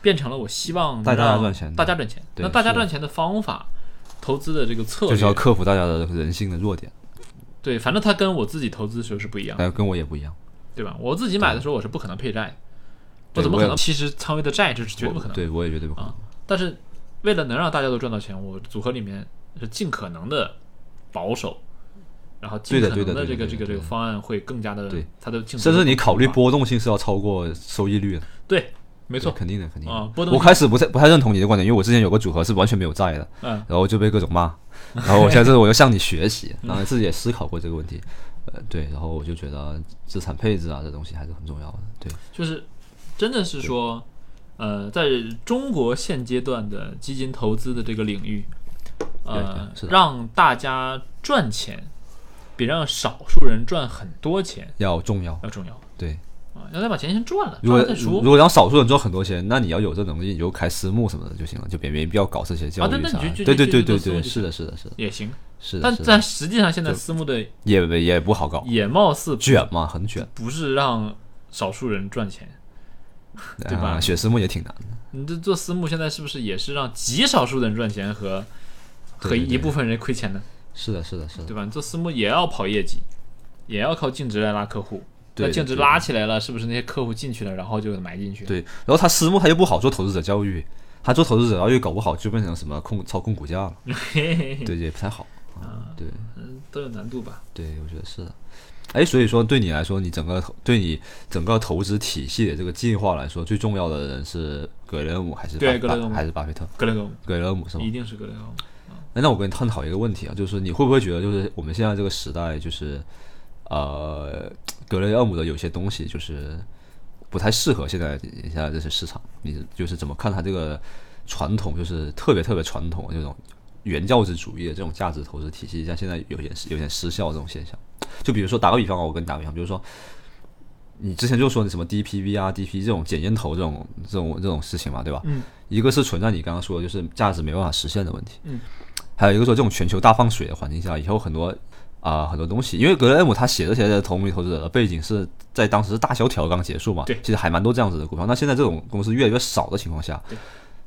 B: 变成了我希望
A: 大家
B: 能让
A: 赚钱
B: 大家赚钱。
A: 对
B: 那大家
A: 是的
B: 赚钱的方法、投资的这个策
A: 就是要
B: 略，
A: 克服大家的人性的弱点，
B: 对，反正它跟我自己投资的时候是不一样的，
A: 但跟我也不一样，
B: 对吧？我自己买的时候我是不可能配债，
A: 对
B: 我怎么
A: 我也
B: 可能其实仓位的债这是绝对不可
A: 我
B: 能。
A: 对我也绝对不可能
B: 啊。但是为了能让大家都赚到钱，我组合里面是尽可能的保守。然后
A: 对
B: 尽
A: 的
B: 可
A: 对的
B: 能的
A: 对
B: 这
A: 的
B: 个这
A: 对的
B: 个这个
A: 对的
B: 方案会更加的
A: 对，
B: 它的竞争
A: 甚至你考虑
B: 更
A: 波动性是要超过收益率的。
B: 大对，没
A: 没
B: 错，
A: 肯定的，肯定的。
B: 啊波动
A: 我
B: 性
A: 开始不太不太认同你的观点，因为我之前有个组合是完全没有债的，
B: 嗯，
A: 然后就被各种骂，然后我现在这我又向你学习，然
B: 嗯
A: 后自己也思考过这个问题，呃，对，然后我就觉得资产配置啊这东西还是很重要的，对，
B: 就是真的是说，呃，在中国现阶段的基金投资的这个领域，呃
A: 对是，的
B: 让大家赚钱比让少数人赚很多钱
A: 要重要，
B: 要重要
A: 对。
B: 啊！要先把钱先赚了，
A: 如果
B: 赚了再说
A: 如果让少数人赚很多钱，那你要有这能力，你就开私募什么的就行了，就别没必要搞这些教
B: 啊对
A: 育
B: 那
A: 啥
B: 你
A: 的。
B: 就就
A: 对对
B: 就
A: 对
B: 就
A: 对
B: 做私
A: 对，
B: 募就是
A: 的，是的，是的，
B: 也行。
A: 是的，
B: 但
A: 是的
B: 但实际上，现在私募的
A: 也也不好搞，
B: 也貌似
A: 卷嘛，很卷，
B: 不是让少数人赚钱。对吧
A: 啊学私募也挺难的。
B: 你这做私募现在是不是也是让极少数人赚钱和和
A: 对对对
B: 一部分人亏钱呢？
A: 是的，是的，是的。
B: 对吧？你做私募也要跑业绩，也要靠净值来拉客户。
A: 对
B: 那
A: 的
B: 净值
A: 对的
B: 拉起来了，是不是那些客户进去了，然后就埋进去？，
A: 对，然后他私募他又不好做投资者教育，他做投资者教育搞不好就变成什么控操控股 价了，对，也不太好。啊，对
B: 嗯，都有难度吧？
A: 对，我觉得是的。哎，所以说对你来说，你整个投对你整个投资体系的这个计划来说，最重要的人是格雷厄姆还是
B: 对
A: 巴
B: 格雷厄姆
A: 巴还是巴菲特？
B: 格雷厄姆
A: 格雷厄姆是吗
B: 一？定是格雷厄姆。
A: 哎那我跟你探讨一个问题啊，就是你会不会觉得，就是我们现在这个时代，就是呃，格雷厄姆的有些东西就是不太适合现在现在这些市场，你就是怎么看他这个传统，就是特别特别传统的这种原教旨主义的这种价值投资体系，像现在有点有点失效这种现象。就比如说打个比方啊，我跟你打个比方，比如说。你之前就说你什么 DPV 啊、DP 这种捡烟头这种这种这种事情嘛，对吧？
B: 嗯，
A: 一个是存在你刚刚说的，就是价值没办法实现的问题。
B: 嗯，
A: 还有一个说这种全球大放水的环境下，以后很多啊、很多东西，因为格雷厄姆他写这些的同龄投资者的背景是在当时是大萧条刚结束嘛，
B: 对
A: 其实还蛮多这样子的股票。那现在这种公司越来越少的情况下
B: 对，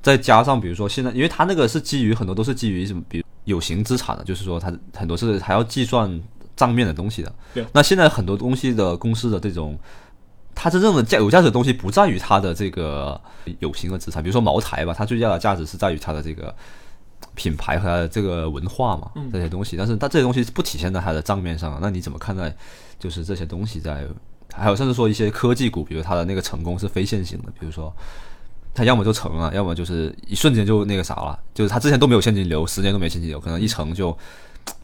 A: 再加上比如说现在，因为他那个是基于很多都是基于什么，比如有形资产的，就是说他很多是还要计算账面的东西的。
B: 对
A: 那现在很多东西的公司的这种它真正的价有价值的东西不在于它的这个有形的资产，比如说茅台吧，它最大的价值是在于它的这个品牌和它的这个文化嘛，这些东西。但是它这些东西是不体现在它的账面上的，那你怎么看待就是这些东西在？还有甚至说一些科技股，比如它的那个成功是非线性的，比如说它要么就成啊了，要么就是一瞬间就那个啥了，就是它之前都没有现金流，十年都没现金流，可能一成就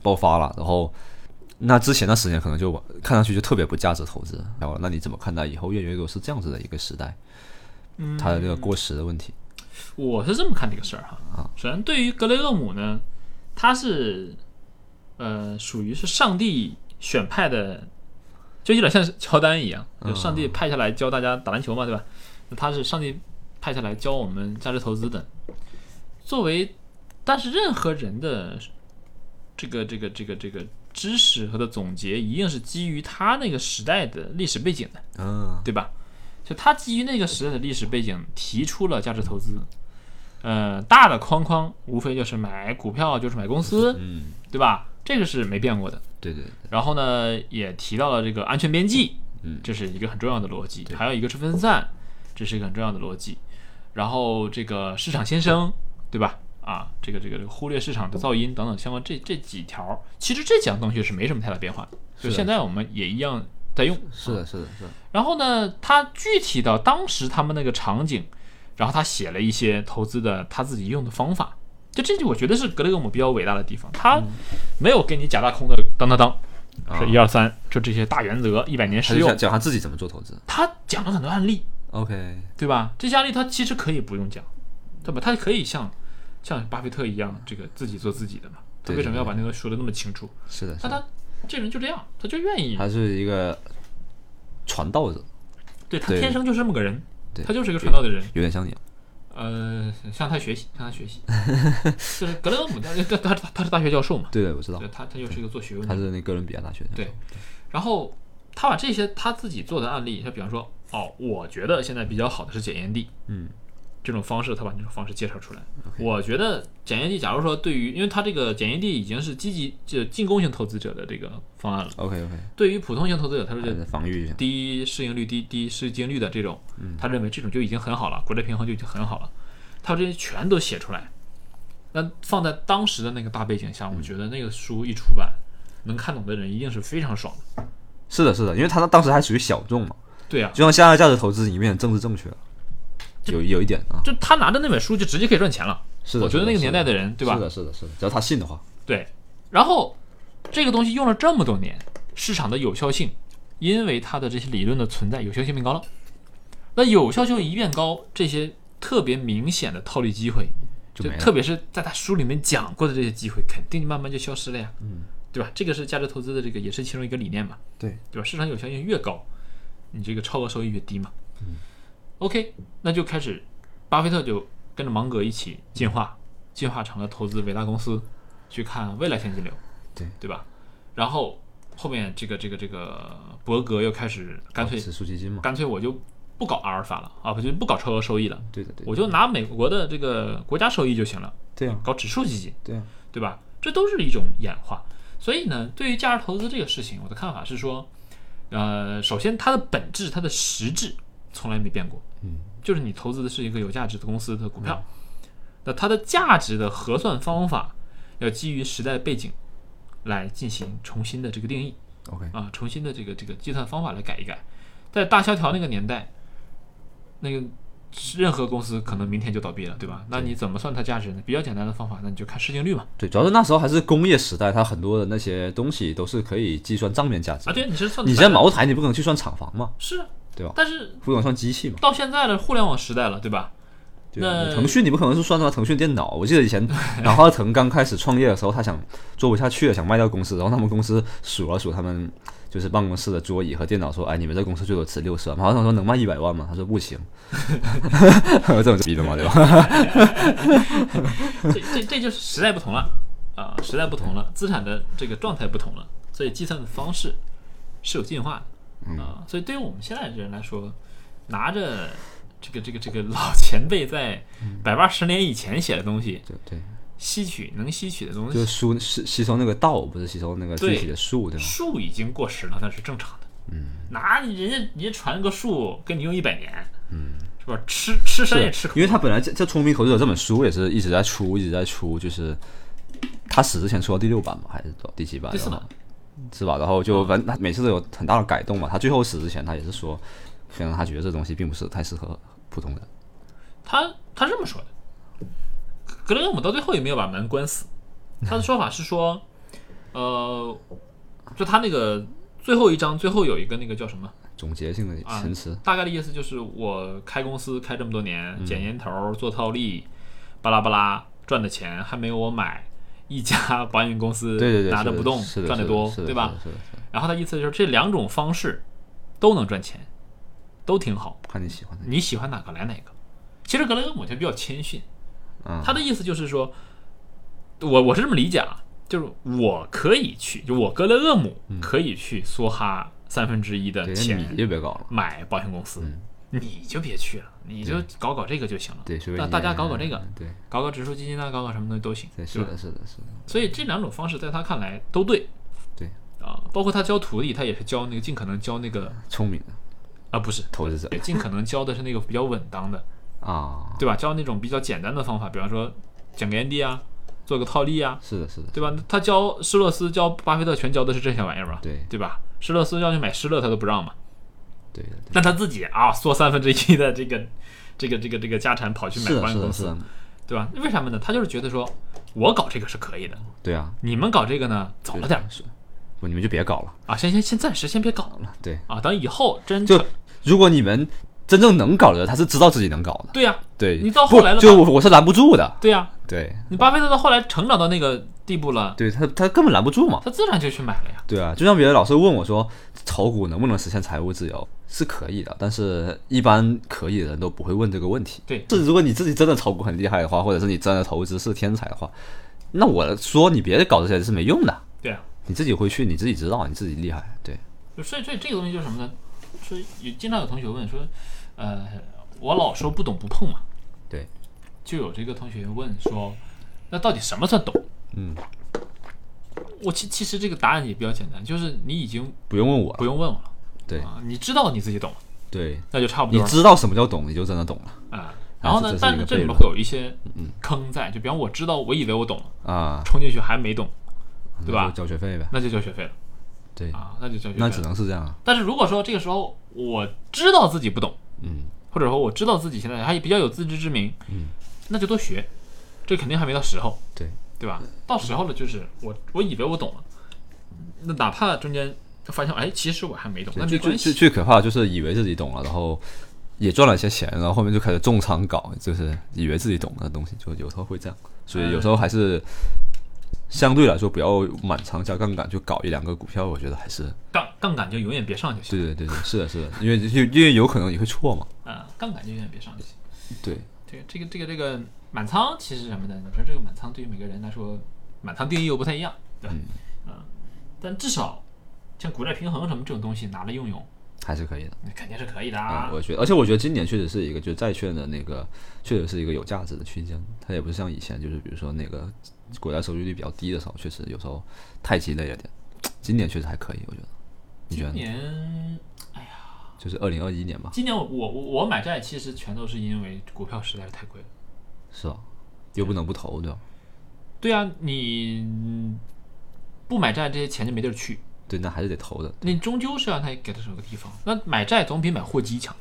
A: 爆发了，然后那之前的十年可能就看上去就特别不价值投资，然后那你怎么看待以后越来越多是这样子的一个时代？
B: 嗯，
A: 它的这个过时的问题。
B: 我是这么看这个事儿哈
A: 啊。
B: 首先，对于格雷厄姆呢，他是呃属于是上帝选派的，就有点像是乔丹一样，就
A: 嗯
B: 上帝派下来教大家打篮球嘛，对吧？那他是上帝派下来教我们价值投资的。作为，但是任何人的这个这个这个这个知识和的总结，一定是基于他那个时代的历史背景的。
A: 嗯
B: 对吧？就他基于那个时代的历史背景提出了价值投资，呃，大的框框无非就是买股票，就是买公司，
A: 嗯，
B: 对吧？这个是没变过的。
A: 对对对，
B: 然后呢，也提到了这个安全边际，
A: 嗯
B: 这是一个很重要的逻辑。还有一个是分散，这是一个很重要的逻辑。然后这个市场先生，对吧？啊，这个这个这个忽略市场的噪音等等相关这这几条，其实这几样东西是没什么太大变化的，就是
A: 的
B: 现在我们也一样在用。
A: 是的，是的，是的，
B: 然后呢，他具体到当时他们那个场景，然后他写了一些投资的他自己用的方法。就这就我觉得是格雷厄姆比较伟大的地方，他没有给你假大空的
A: 嗯
B: 当当当，
A: 啊
B: 是一二三，就这些大原则，一百年
A: 他
B: 实
A: 就
B: 用
A: 想。讲他自己怎么做投资。
B: 他讲了很多案例，
A: OK，
B: 对吧？这些案例他其实可以不用讲，对吧？他可以像像巴菲特一样，这个自己做自己的嘛。他
A: 对
B: 为什么
A: 对
B: 要把那个说的那么清楚？
A: 是的，是
B: 那
A: 的，
B: 他这人就这样，他就愿意，
A: 他是一个传道者，
B: 对他
A: 对
B: 天生就是这么个人，
A: 对
B: 他就是一个传道的人。
A: 有点像你。
B: 呃，向他学习，向他 学习，就是格雷厄姆，他他他他他是大学教授嘛，
A: 对对，我知道
B: 对，，他他就是一个做学问
A: 他
B: 的。
A: 是那哥伦比亚大学的。
B: 对然后他把这些他自己做的案例，他比方说，哦，我觉得现在比较好的是检验地
A: 嗯
B: 这种方式，他把这种方式介绍出来。我觉得检验地，假如说对于，因为他这个检验地已经是积极就进攻型投资者的这个方案了，
A: ，OK OK，
B: 对于普通型投资者，他说这
A: 在防御一下。
B: 低市盈率、低低市净率的这种，
A: 嗯
B: 他认为这种就已经很好了，国债平衡就已经很好了。他把这些全都写出来，那放在当时的那个大背景
A: 嗯
B: 下，我觉得那个书一出版，能看懂的人一定是非常爽的。
A: 是的，是的，因为他当时还属于小众嘛，
B: 对啊，
A: 就像现在价值投资里面政治正确了，有有一点啊。
B: 就他拿着那本书就直接可以赚钱了。
A: 是的，
B: 我觉得那个年代
A: 的
B: 的人，对吧
A: 是？的，是的，是的，只要他信的话，
B: 对。然后这个东西用了这么多年，市场的有效性，因为它的这些理论的存在，有效性变高了。那有效性一变高，这些特别明显的套利机会，
A: 就
B: 就
A: 没了
B: 特别是在他书里面讲过的这些机会，肯定慢慢就消失了呀，嗯，对吧？这个是价值投资的这个也是其中一个理念嘛，
A: 对，
B: 对吧？市场有效性越高，你这个超额收益越低嘛。OK，那就开始，巴菲特就跟着芒格一起进化，进化成了投资伟大公司，去看未来现金流，
A: 对
B: 对吧？然后后面这个这个这个伯格又开始干脆
A: 指数基金嘛，
B: 干脆我就不搞阿尔法了啊，我就不搞超额收益了，
A: 对的，对的，
B: 我就拿美国的这个国家收益就行了，
A: 对啊，
B: 搞指数基金，
A: 对啊，
B: 对吧？这都是一种演化。所以呢，对于价值投资这个事情，我的看法是说，呃，首先它的本质、它的实质从来没变过，
A: 嗯，
B: 就是你投资的是一个有价值的公司的股票，那它的价值的核算方法要基于时代背景来进行重新的这个定义。
A: OK，
B: 啊，重新的这个这个计算方法来改一改。在大萧条那个年代，那个任何公司可能明天就倒闭了，对吧？那你怎么算它价值呢？比较简单的方法，那你就看市净率嘛。
A: 对，主要是那时候还是工业时代，它很多的那些东西都是可以计算账面价值的。
B: 啊，对，你是算
A: 你现
B: 反
A: 在
B: 正
A: 茅台，你不可能去算厂房嘛，
B: 是，
A: 对吧
B: 但是
A: 不可能算机器嘛。
B: 到现在的互联网时代了，对吧？
A: 对吧
B: 那
A: 腾讯你不可能是算什么腾讯电脑，我记得 以前马化腾刚开始创业的时候，他想做不下去了，想卖掉公司，然后他们公司数了数他们就是办公室的桌椅和电脑，说：“哎，你们这公司最多值六十万。”马化腾说：“能卖一百万吗？”他说：“ 不行。” 这种逼的嘛，对吧？
B: 这这这就是时代不同了啊，时代不同了，资产的这个状态不同了，所以计算的方式是有进化的
A: 嗯
B: 啊。所以对于我们现在的人来说，拿着这个这个这个老前辈在
A: 嗯
B: 百八十年以前写的东西，
A: 对对，
B: 吸取能吸取的东
A: 就是
B: 西，
A: 吸吸吸收那个道，不是吸收那个具体的术，对吧？
B: 树已经过时了，那是正常的。嗯，拿你人家人家传个树给你用一百年，嗯，是吧？吃吃山也吃
A: 是，
B: 苦，
A: 因为他本来这这《聪明投资者》这本书也是一直在出，一直在出，就是他死之前出到第六版嘛，还是到第几版？
B: 第四版嗯
A: 是吧？然后就反正他每次都有很大的改动嘛。他最后死之前，他也是说，可能他觉得这东西并不是太适合普通人。
B: 他他是这么说的，格雷厄姆到最后也没有把门关死，他的说法是说，呃，就他那个最后一章最后有一个那个叫什么
A: 总结性的
B: 啊
A: 陈词，
B: 大概的意思就是我开公司开这么多年，捡烟头、做套利，巴拉巴拉赚的钱还没有我买一家 保险公司
A: 对对对，
B: 拿着
A: 是的
B: 不动
A: 是的
B: 赚
A: 是
B: 得
A: 的
B: 多，
A: 是的
B: 对吧？？
A: 是的，是的，
B: 然后他的意思就是这两种方式都能赚钱，都挺好，
A: 看你喜欢的，
B: 你喜欢哪个来哪个。其实格雷厄姆就比较谦逊，
A: 嗯，
B: 他的意思就是说，我我是这么理解啊，就是我可以去，就我格雷厄姆可以去梭哈三分之一的
A: 对，嗯
B: 钱，
A: 那你嗯就别搞了，
B: 买保险公司，你就别去了，你就搞搞这个就行了。
A: 对，随
B: 那
A: 便
B: 大家
A: 你
B: 搞搞这个，
A: 嗯对，
B: 搞搞指数基金啊，搞搞什么东西都行，
A: 对，
B: 是
A: 是
B: 吧？
A: 的，是的，是的，
B: 所以这两种方式在他看来都对
A: 对，
B: 啊，包括他教徒弟，他也是教那个尽可能教那个
A: 聪明的
B: 啊，不是，
A: 投资者
B: 尽可能教的是那个比较稳当的，
A: 啊，
B: 对吧？教那种比较简单的方法，比方说讲个 ND 啊，做个套利啊，
A: 是的，是的，
B: 对吧？他教施洛斯教巴菲特全教的是这些玩意儿嘛，
A: 对
B: 对吧？施洛斯要去买施乐他都不让嘛，
A: 对的，对
B: 那他自己啊缩三分之一的这个这个这个这个家产跑去
A: 是
B: 买
A: 的，
B: 保险
A: 是
B: 公
A: 的，是啊
B: 司
A: 的，，
B: 对吧？为什么呢？他就是觉得说我搞这个是可以的，
A: 对啊，
B: 你们搞这个呢早了点儿
A: 是，不，你们就别搞了，
B: 啊，先先先暂时先别搞了
A: 对，
B: 啊，等以后真
A: 就如果你们真正能搞的，他是知道自己能搞的，
B: 对呀、
A: 对，
B: 你到
A: 不
B: 后来了
A: 就
B: 吧啊
A: 我我是拦不住的，
B: 对呀、
A: 对，
B: 你巴菲特到后来成长到那个地步了，
A: 对他他根本拦不住嘛，
B: 他自然就去买了呀。
A: 对啊，就像别的老师问我说，炒股能不能实现财务自由？是可以的，但是一般可以的人都不会问这个问题。
B: 对
A: 是如果你自己真的炒股很厉害的话，或者是你真的投资是天才的话，那我说你别搞这些是没用的，
B: 对呀、
A: 你自己会去，你自己知道，你自己厉害。对，
B: 就所以所以这个东西就是什么呢？说有经常有同学问说，呃，我老说不懂不碰嘛，
A: 对，
B: 就有这个同学问说，那到底什么算懂？
A: 嗯，
B: 我其其实这个答案也比较简单，就是你已经
A: 不用问我
B: 不
A: 了。
B: 用问我了，
A: 对
B: 啊，你知道你自己懂了，
A: 对，
B: 那就差不
A: 你
B: 多了
A: 知道什么叫懂，你就真的懂了
B: 啊。然后
A: 这
B: 呢，
A: 是
B: 但
A: 一
B: 是
A: 个
B: 这里面
A: 悖
B: 会
A: 论嗯
B: 有一些坑在，就比方我知道，我以为我懂了，
A: 啊，
B: 冲进去还没懂，
A: 那
B: 对吧
A: 就？交学费呗。
B: 那就交学费了
A: 对，
B: 啊，那就交学费
A: 那只
B: 了。
A: 能是这样了。
B: 但是如果说这个时候我知道自己不懂，
A: 嗯，
B: 或者说我知道自己现在还比较有自知之明，
A: 嗯，
B: 那就多学，这肯定还没到时候，
A: 对，
B: 对吧？到时候了，就是我我以为我懂了，那哪怕中间发现哎，其实我还没懂，那没
A: 最最
B: 关
A: 最
B: 系，
A: 最可怕的就是以为自己懂了，然后也赚了一些钱，然后后面就开始重仓搞，就是以为自己懂的东西，就有时候会这样。所以有时候还是相对来说不要满仓加杠杆，就搞一两个股票，我觉得还是
B: 杠杠杆就永远别上就行
A: 对对对对，是的是的，因为因为因为有可能你会错嘛。
B: 啊，杠杆就永远别上就行。
A: 对，
B: 这个这个这个这个满仓其实是什么呢？你说这个满仓对于每个人来说，满仓定义又不太一样，对吧？
A: 嗯
B: 嗯但至少像股债平衡什么这种东西拿来用用，
A: 还是可以的。
B: 那肯定是可以的
A: 啊
B: 啊，。
A: 我觉得，而且我觉得今年确实是一个，就是债券的那个，确实是一个有价值的区间。它也不是像以前，就是比如说那个国债收益率比较低的时候，确实有时候太鸡肋了点。今年确实还可以，我觉得。你觉得
B: 今
A: 呢？
B: 年
A: 就是二零二一年吧，
B: 今年我我我买债其实全都是因为股票实在是太贵了。
A: 是吧？又不能不投，对吧？
B: 对啊，你不买债这些钱就没地儿去，
A: 对，那还是得投的。
B: 你终究是让它给它有个地方。那买债总比买货基强。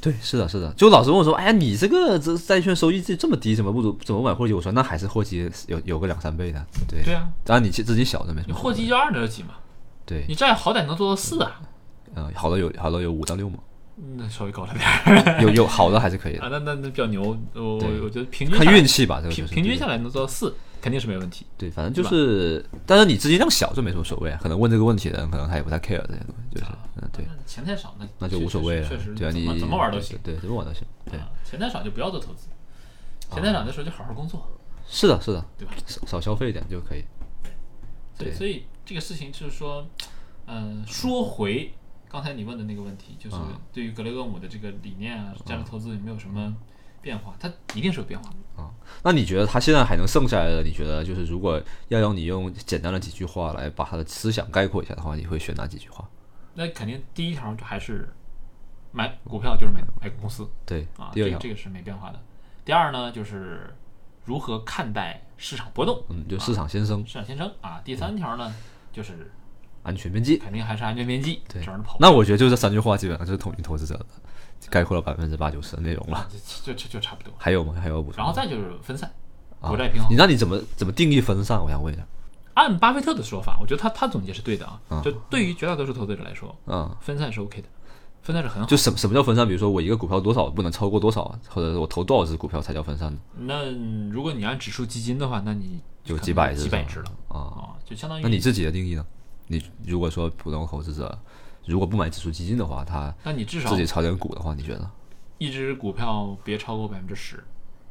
A: 对，是的，是的。就老师问我说：“哎呀，你这个这债券收益率这么低，怎么不如怎么买货基？”我说：“那还是货基有有个两三倍的。”对，
B: 对啊，
A: 当然你自己小的没什
B: 你
A: 么。
B: 货基就二点几嘛，
A: 对，
B: 你债好歹能做到四啊，
A: 嗯，好的有好的有五到六嘛，
B: 那稍微高了点儿。
A: 有有好的还是可以的
B: 啊，，那那那比较牛，我
A: 对
B: 我觉得平均
A: 看
B: 下来
A: 运气吧，这个就
B: 平
A: 是
B: 平
A: 对
B: 均下来能做到四，肯定是没问题。
A: 对，反正就是，但是你资金量小就没什么所谓啊。可能问这个问题的人，可能他也不太 care 这些东西，就是，嗯，对，
B: 那钱太少，那
A: 那就
B: 确
A: 无所谓了
B: 啊确实，
A: 对啊，
B: 怎么
A: 你
B: 怎么玩都行，
A: 对，怎么玩都行，对，啊
B: 啊钱太少就不要做投资，钱太少的时候就好好工作，
A: 是的，是的，
B: 对吧？
A: 少少消费一点就可以，
B: 对，
A: 对
B: 所以这个事情就是说，嗯、说回刚才你问的那个问题，就是
A: 嗯
B: 对于格雷厄姆的这个理念啊，价值投资有没有什么变化？它一定是有变化的。
A: 啊。那你觉得他现在还能剩下来的？你觉得就是如果要让你用简单的几句话来把他的思想概括一下的话，你会选哪几句话？
B: 那肯定第一条就还是买股票就是买买公司
A: 对
B: 啊，，
A: 第二
B: 这
A: 条
B: 个，这个是没变化的。第二呢，就是如何看待市场波动，
A: 嗯，就
B: 啊
A: 市场先生，
B: 市场先生啊。第三条呢，就是
A: 安全边际。
B: 肯定还是安全边际，
A: 对
B: 这玩意儿跑不
A: 那我觉得就这三句话基本上就是统一投资者的概括了百分之八九十的内容了。
B: 了，啊就就就就差不多。
A: 还有吗？还有要补充吗？
B: 然后再就是分散，
A: 啊
B: 国债平衡
A: 你。那你怎么怎么定义分散？我想问一下。
B: 按巴菲特的说法，我觉得他他总结是对的啊
A: 嗯。
B: 就对于绝大多数投资者来说，
A: 嗯，
B: 分散是 OK 的，分散是很好的。
A: 就什么什么叫分散？比如说我一个股票多少不能超过多少，或者是我投多少只股票才叫分散呢？
B: 那如果你按指数基金的话，那你
A: 就
B: 可能
A: 几百只
B: 几
A: 是
B: 百
A: 吧
B: 只了
A: 啊、
B: 啊，就相当于
A: 那你自己的定义呢？你如果说普通投资者如果不买指数基金的话，他
B: 那你至少
A: 自己炒点股的话，你觉得
B: 一只股票别超过百分之十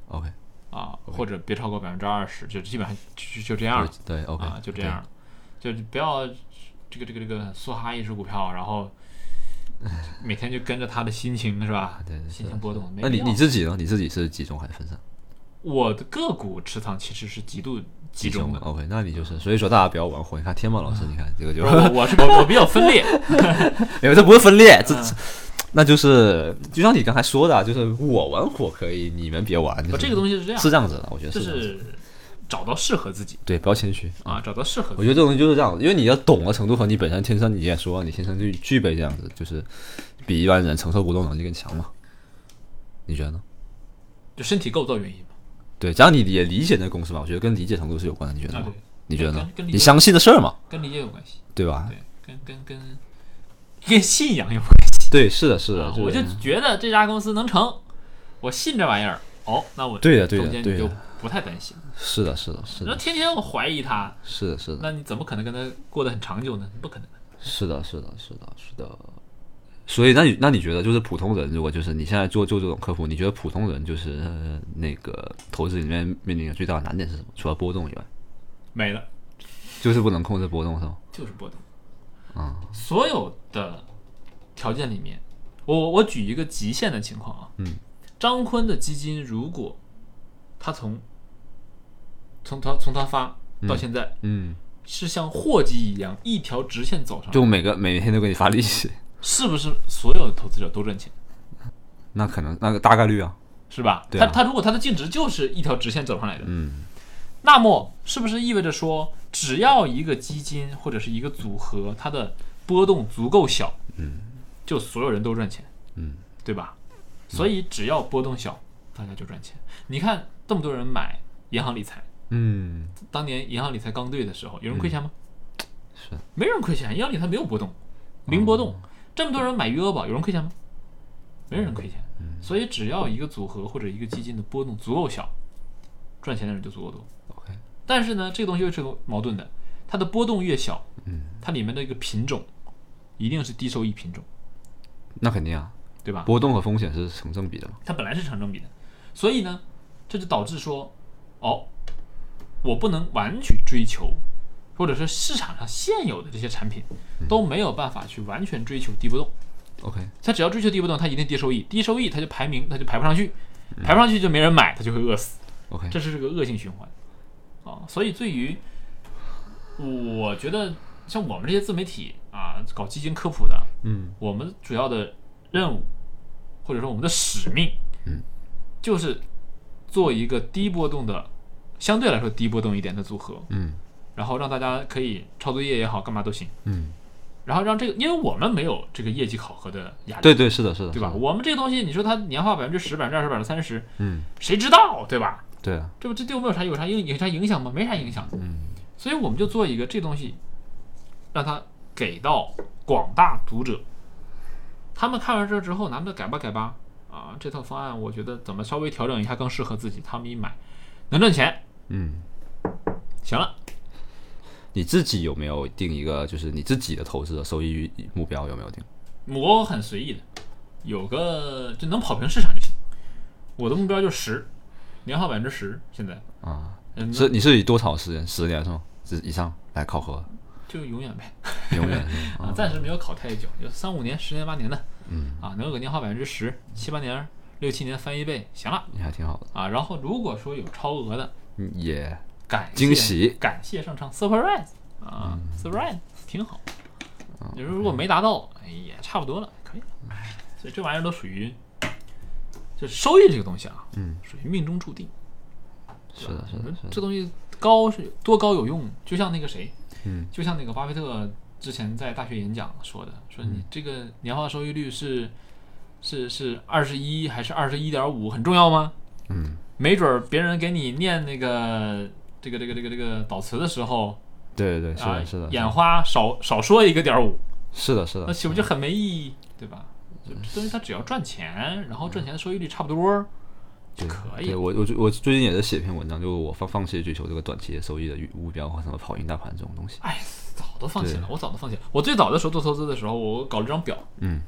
A: ？OK，
B: 啊，或者别超过百分之二十，就基本上就就这样了
A: 就对，OK，
B: 啊，就这
A: 对
B: 样了，就不要这个这个这个梭哈一只股票，然后每天就跟着他的心情 是吧？
A: 对对
B: 心情波动。没
A: 那你
B: 必要
A: 你自己呢？你自己是集中还是分散？
B: 我的个股持仓其实是极度集中的，嗯
A: OK，那你就是，所以说大家不要玩火。你看天猫老师，你看这个就
B: 不是我我是我我比较分裂，
A: 没有，这不是分裂，这、
B: 嗯
A: 这那就是就像你刚才说的啊，就是我玩火可以，你们别玩。就是
B: 我这个东西是这样
A: 是，这样子的，我觉得
B: 啊就是
A: 这样子
B: 是找到适合自己
A: 对，不要谦虚。
B: 啊，找到适合
A: 我觉
B: 自己。
A: 得这东西就是这样，因为你要懂的程度和你本身天生你也说你天生就具备这样子，就是比一般人承受波动能力更强嘛。你觉得呢？
B: 就身体构造原因嘛，
A: 对，只要你也理解那个公式嘛，我觉得跟理解程度是有关的。你觉得
B: 啊
A: 呢
B: 对？
A: 你觉得呢
B: 跟？跟理解
A: 你相信的事儿嘛，
B: 跟理解有关系，
A: 对吧？
B: 对，跟跟跟跟信仰有关
A: 对，是的，是的，
B: 啊
A: 这个
B: 我就觉得这家公司能成，我信这玩意儿。哦，那我
A: 对的对的
B: 中间
A: 对
B: 你
A: 的
B: 就不太担心。
A: 是的，是的，是
B: 你
A: 的，
B: 说天天我怀疑它，
A: 是的，是的，
B: 那你怎么可能跟它过得很长久呢？不可能的。
A: 是的，是的，是的，是的。所以，那你那你觉得，就是普通人，如果就是你现在做做这种客服，你觉得普通人就是、呃那个投资里面面临的最大的难点是什么？除了波动以外，
B: 没了，
A: 就是不能控制波动，是吗？
B: 就是波动。
A: 啊、
B: 所有的条件里面，我我举一个极限的情况啊，
A: 嗯，
B: 张坤的基金如果他从从他从他发到现在、
A: 嗯，
B: 是像货基一样一条直线走上来，
A: 就每个每天都给你发利息，
B: 是不是所有的投资者都挣钱？
A: 那可能那个大概率啊，
B: 是吧？
A: 对啊
B: 他他如果他的净值就是一条直线走上来的，
A: 嗯，
B: 那么是不是意味着说，只要一个基金或者是一个组合，它的波动足够小，
A: 嗯，
B: 就所有人都赚钱，
A: 嗯，
B: 对吧？所以只要波动小，大家就赚钱。你看这么多人买银行理财，
A: 嗯，
B: 当年银行理财刚对的时候，有人亏钱吗？
A: 是
B: 没人亏钱，银行理财没有波动，零波动。这么多人买余额宝，有人亏钱吗？没人亏钱。
A: 嗯
B: 所以只要一个组合或者一个基金的波动足够小，赚钱的人就足够多。
A: OK，
B: 但是呢，这个东西又是个矛盾的，它的波动越小，
A: 嗯，
B: 它里面的一个品种一定是低收益品种，
A: 那肯定啊，
B: 对吧？
A: 波动和风险是成正比的嘛，
B: 它本来是成正比的，所以呢，这就导致说，哦，我不能完全追求，或者说市场上现有的这些产品都没有办法去完全追求低波动。
A: OK，
B: 它只要追求低波动，它一定低收益，低收益它就排名它就排不上去，排不上去就没人买，它就会饿死。
A: OK，
B: 这是个恶性循环啊。所以对于我觉得像我们这些自媒体啊，搞基金科普的，
A: 嗯
B: 我们主要的任务或者说我们的使命，
A: 嗯，
B: 就是做一个低波动的，相对来说低波动一点的组合，
A: 嗯
B: 然后让大家可以抄作业也好，干嘛都行。
A: 嗯，
B: 然后让这个，因为我们没有这个业绩考核的压
A: 嗯
B: 力，
A: 对对是的是的，
B: 对吧？
A: 是的
B: 我们这个东西，你说它年化百分之十、百分之二十、百分之三十，
A: 嗯，
B: 谁知道，对吧？
A: 对啊，
B: 这不这对我们有啥有啥影有啥影响吗？没啥影响。
A: 嗯，
B: 所以我们就做一个这东西，让它给到广大读者，他们看完这之后，拿着改吧改吧啊，这套方案我觉得怎么稍微调整一下更适合自己，他们一买能挣钱，
A: 嗯。
B: 行了，
A: 你自己有没有定一个，就是你自己的投资的收益目标有没有定？
B: 我很随意的，有个就能跑平市场就行。我的目标就十，年化百分之十，现在
A: 啊，
B: 嗯，
A: 是你是以多少时间？十年是吗？是以上来考核，
B: 就永远呗。
A: 永远是吗？哦
B: 啊，暂时没有考太久，有三五年、十年、八年的，嗯，啊，能有个年化百分之十，七八年、六七年翻一倍，行了
A: 你还挺好的，
B: 啊。然后如果说有超额的，
A: 嗯也
B: 感谢
A: 惊，喜。嗯
B: 感谢上苍，surprise 啊、s u r p r i s e 挺好。
A: 哦
B: 你说如果没达到，哎也差不多了，可以了。所以这玩意儿都属于，就收益这个东西啊，
A: 嗯，
B: 属于命中注定。
A: 是的，是的，是的。
B: 这东西高是多高有用，就像那个谁，
A: 嗯，
B: 就像那个巴菲特之前在大学演讲说的，说你这个年化收益率是是是二十一还是二十一点五很重要吗？
A: 嗯，
B: 没准儿别人给你念那个这个这个这个这个导词的时候，
A: 对对对，是
B: 啊
A: 的，是的，
B: 眼花少少说一个点儿五，
A: 是的，是的
B: 那，岂不就很没意义，对吧？就这东西它只要赚钱，然后赚钱的收益率差不多
A: 对
B: 就可以
A: 对
B: 了。
A: 我我最我最近也在写一篇文章，就是我放放弃追求这个短期收益的目标或什么跑赢大盘这种东西。
B: 哎，早都放弃了
A: 对，
B: 我早都放弃了。我最早的时候做投资的时候，我搞了张表，
A: 嗯，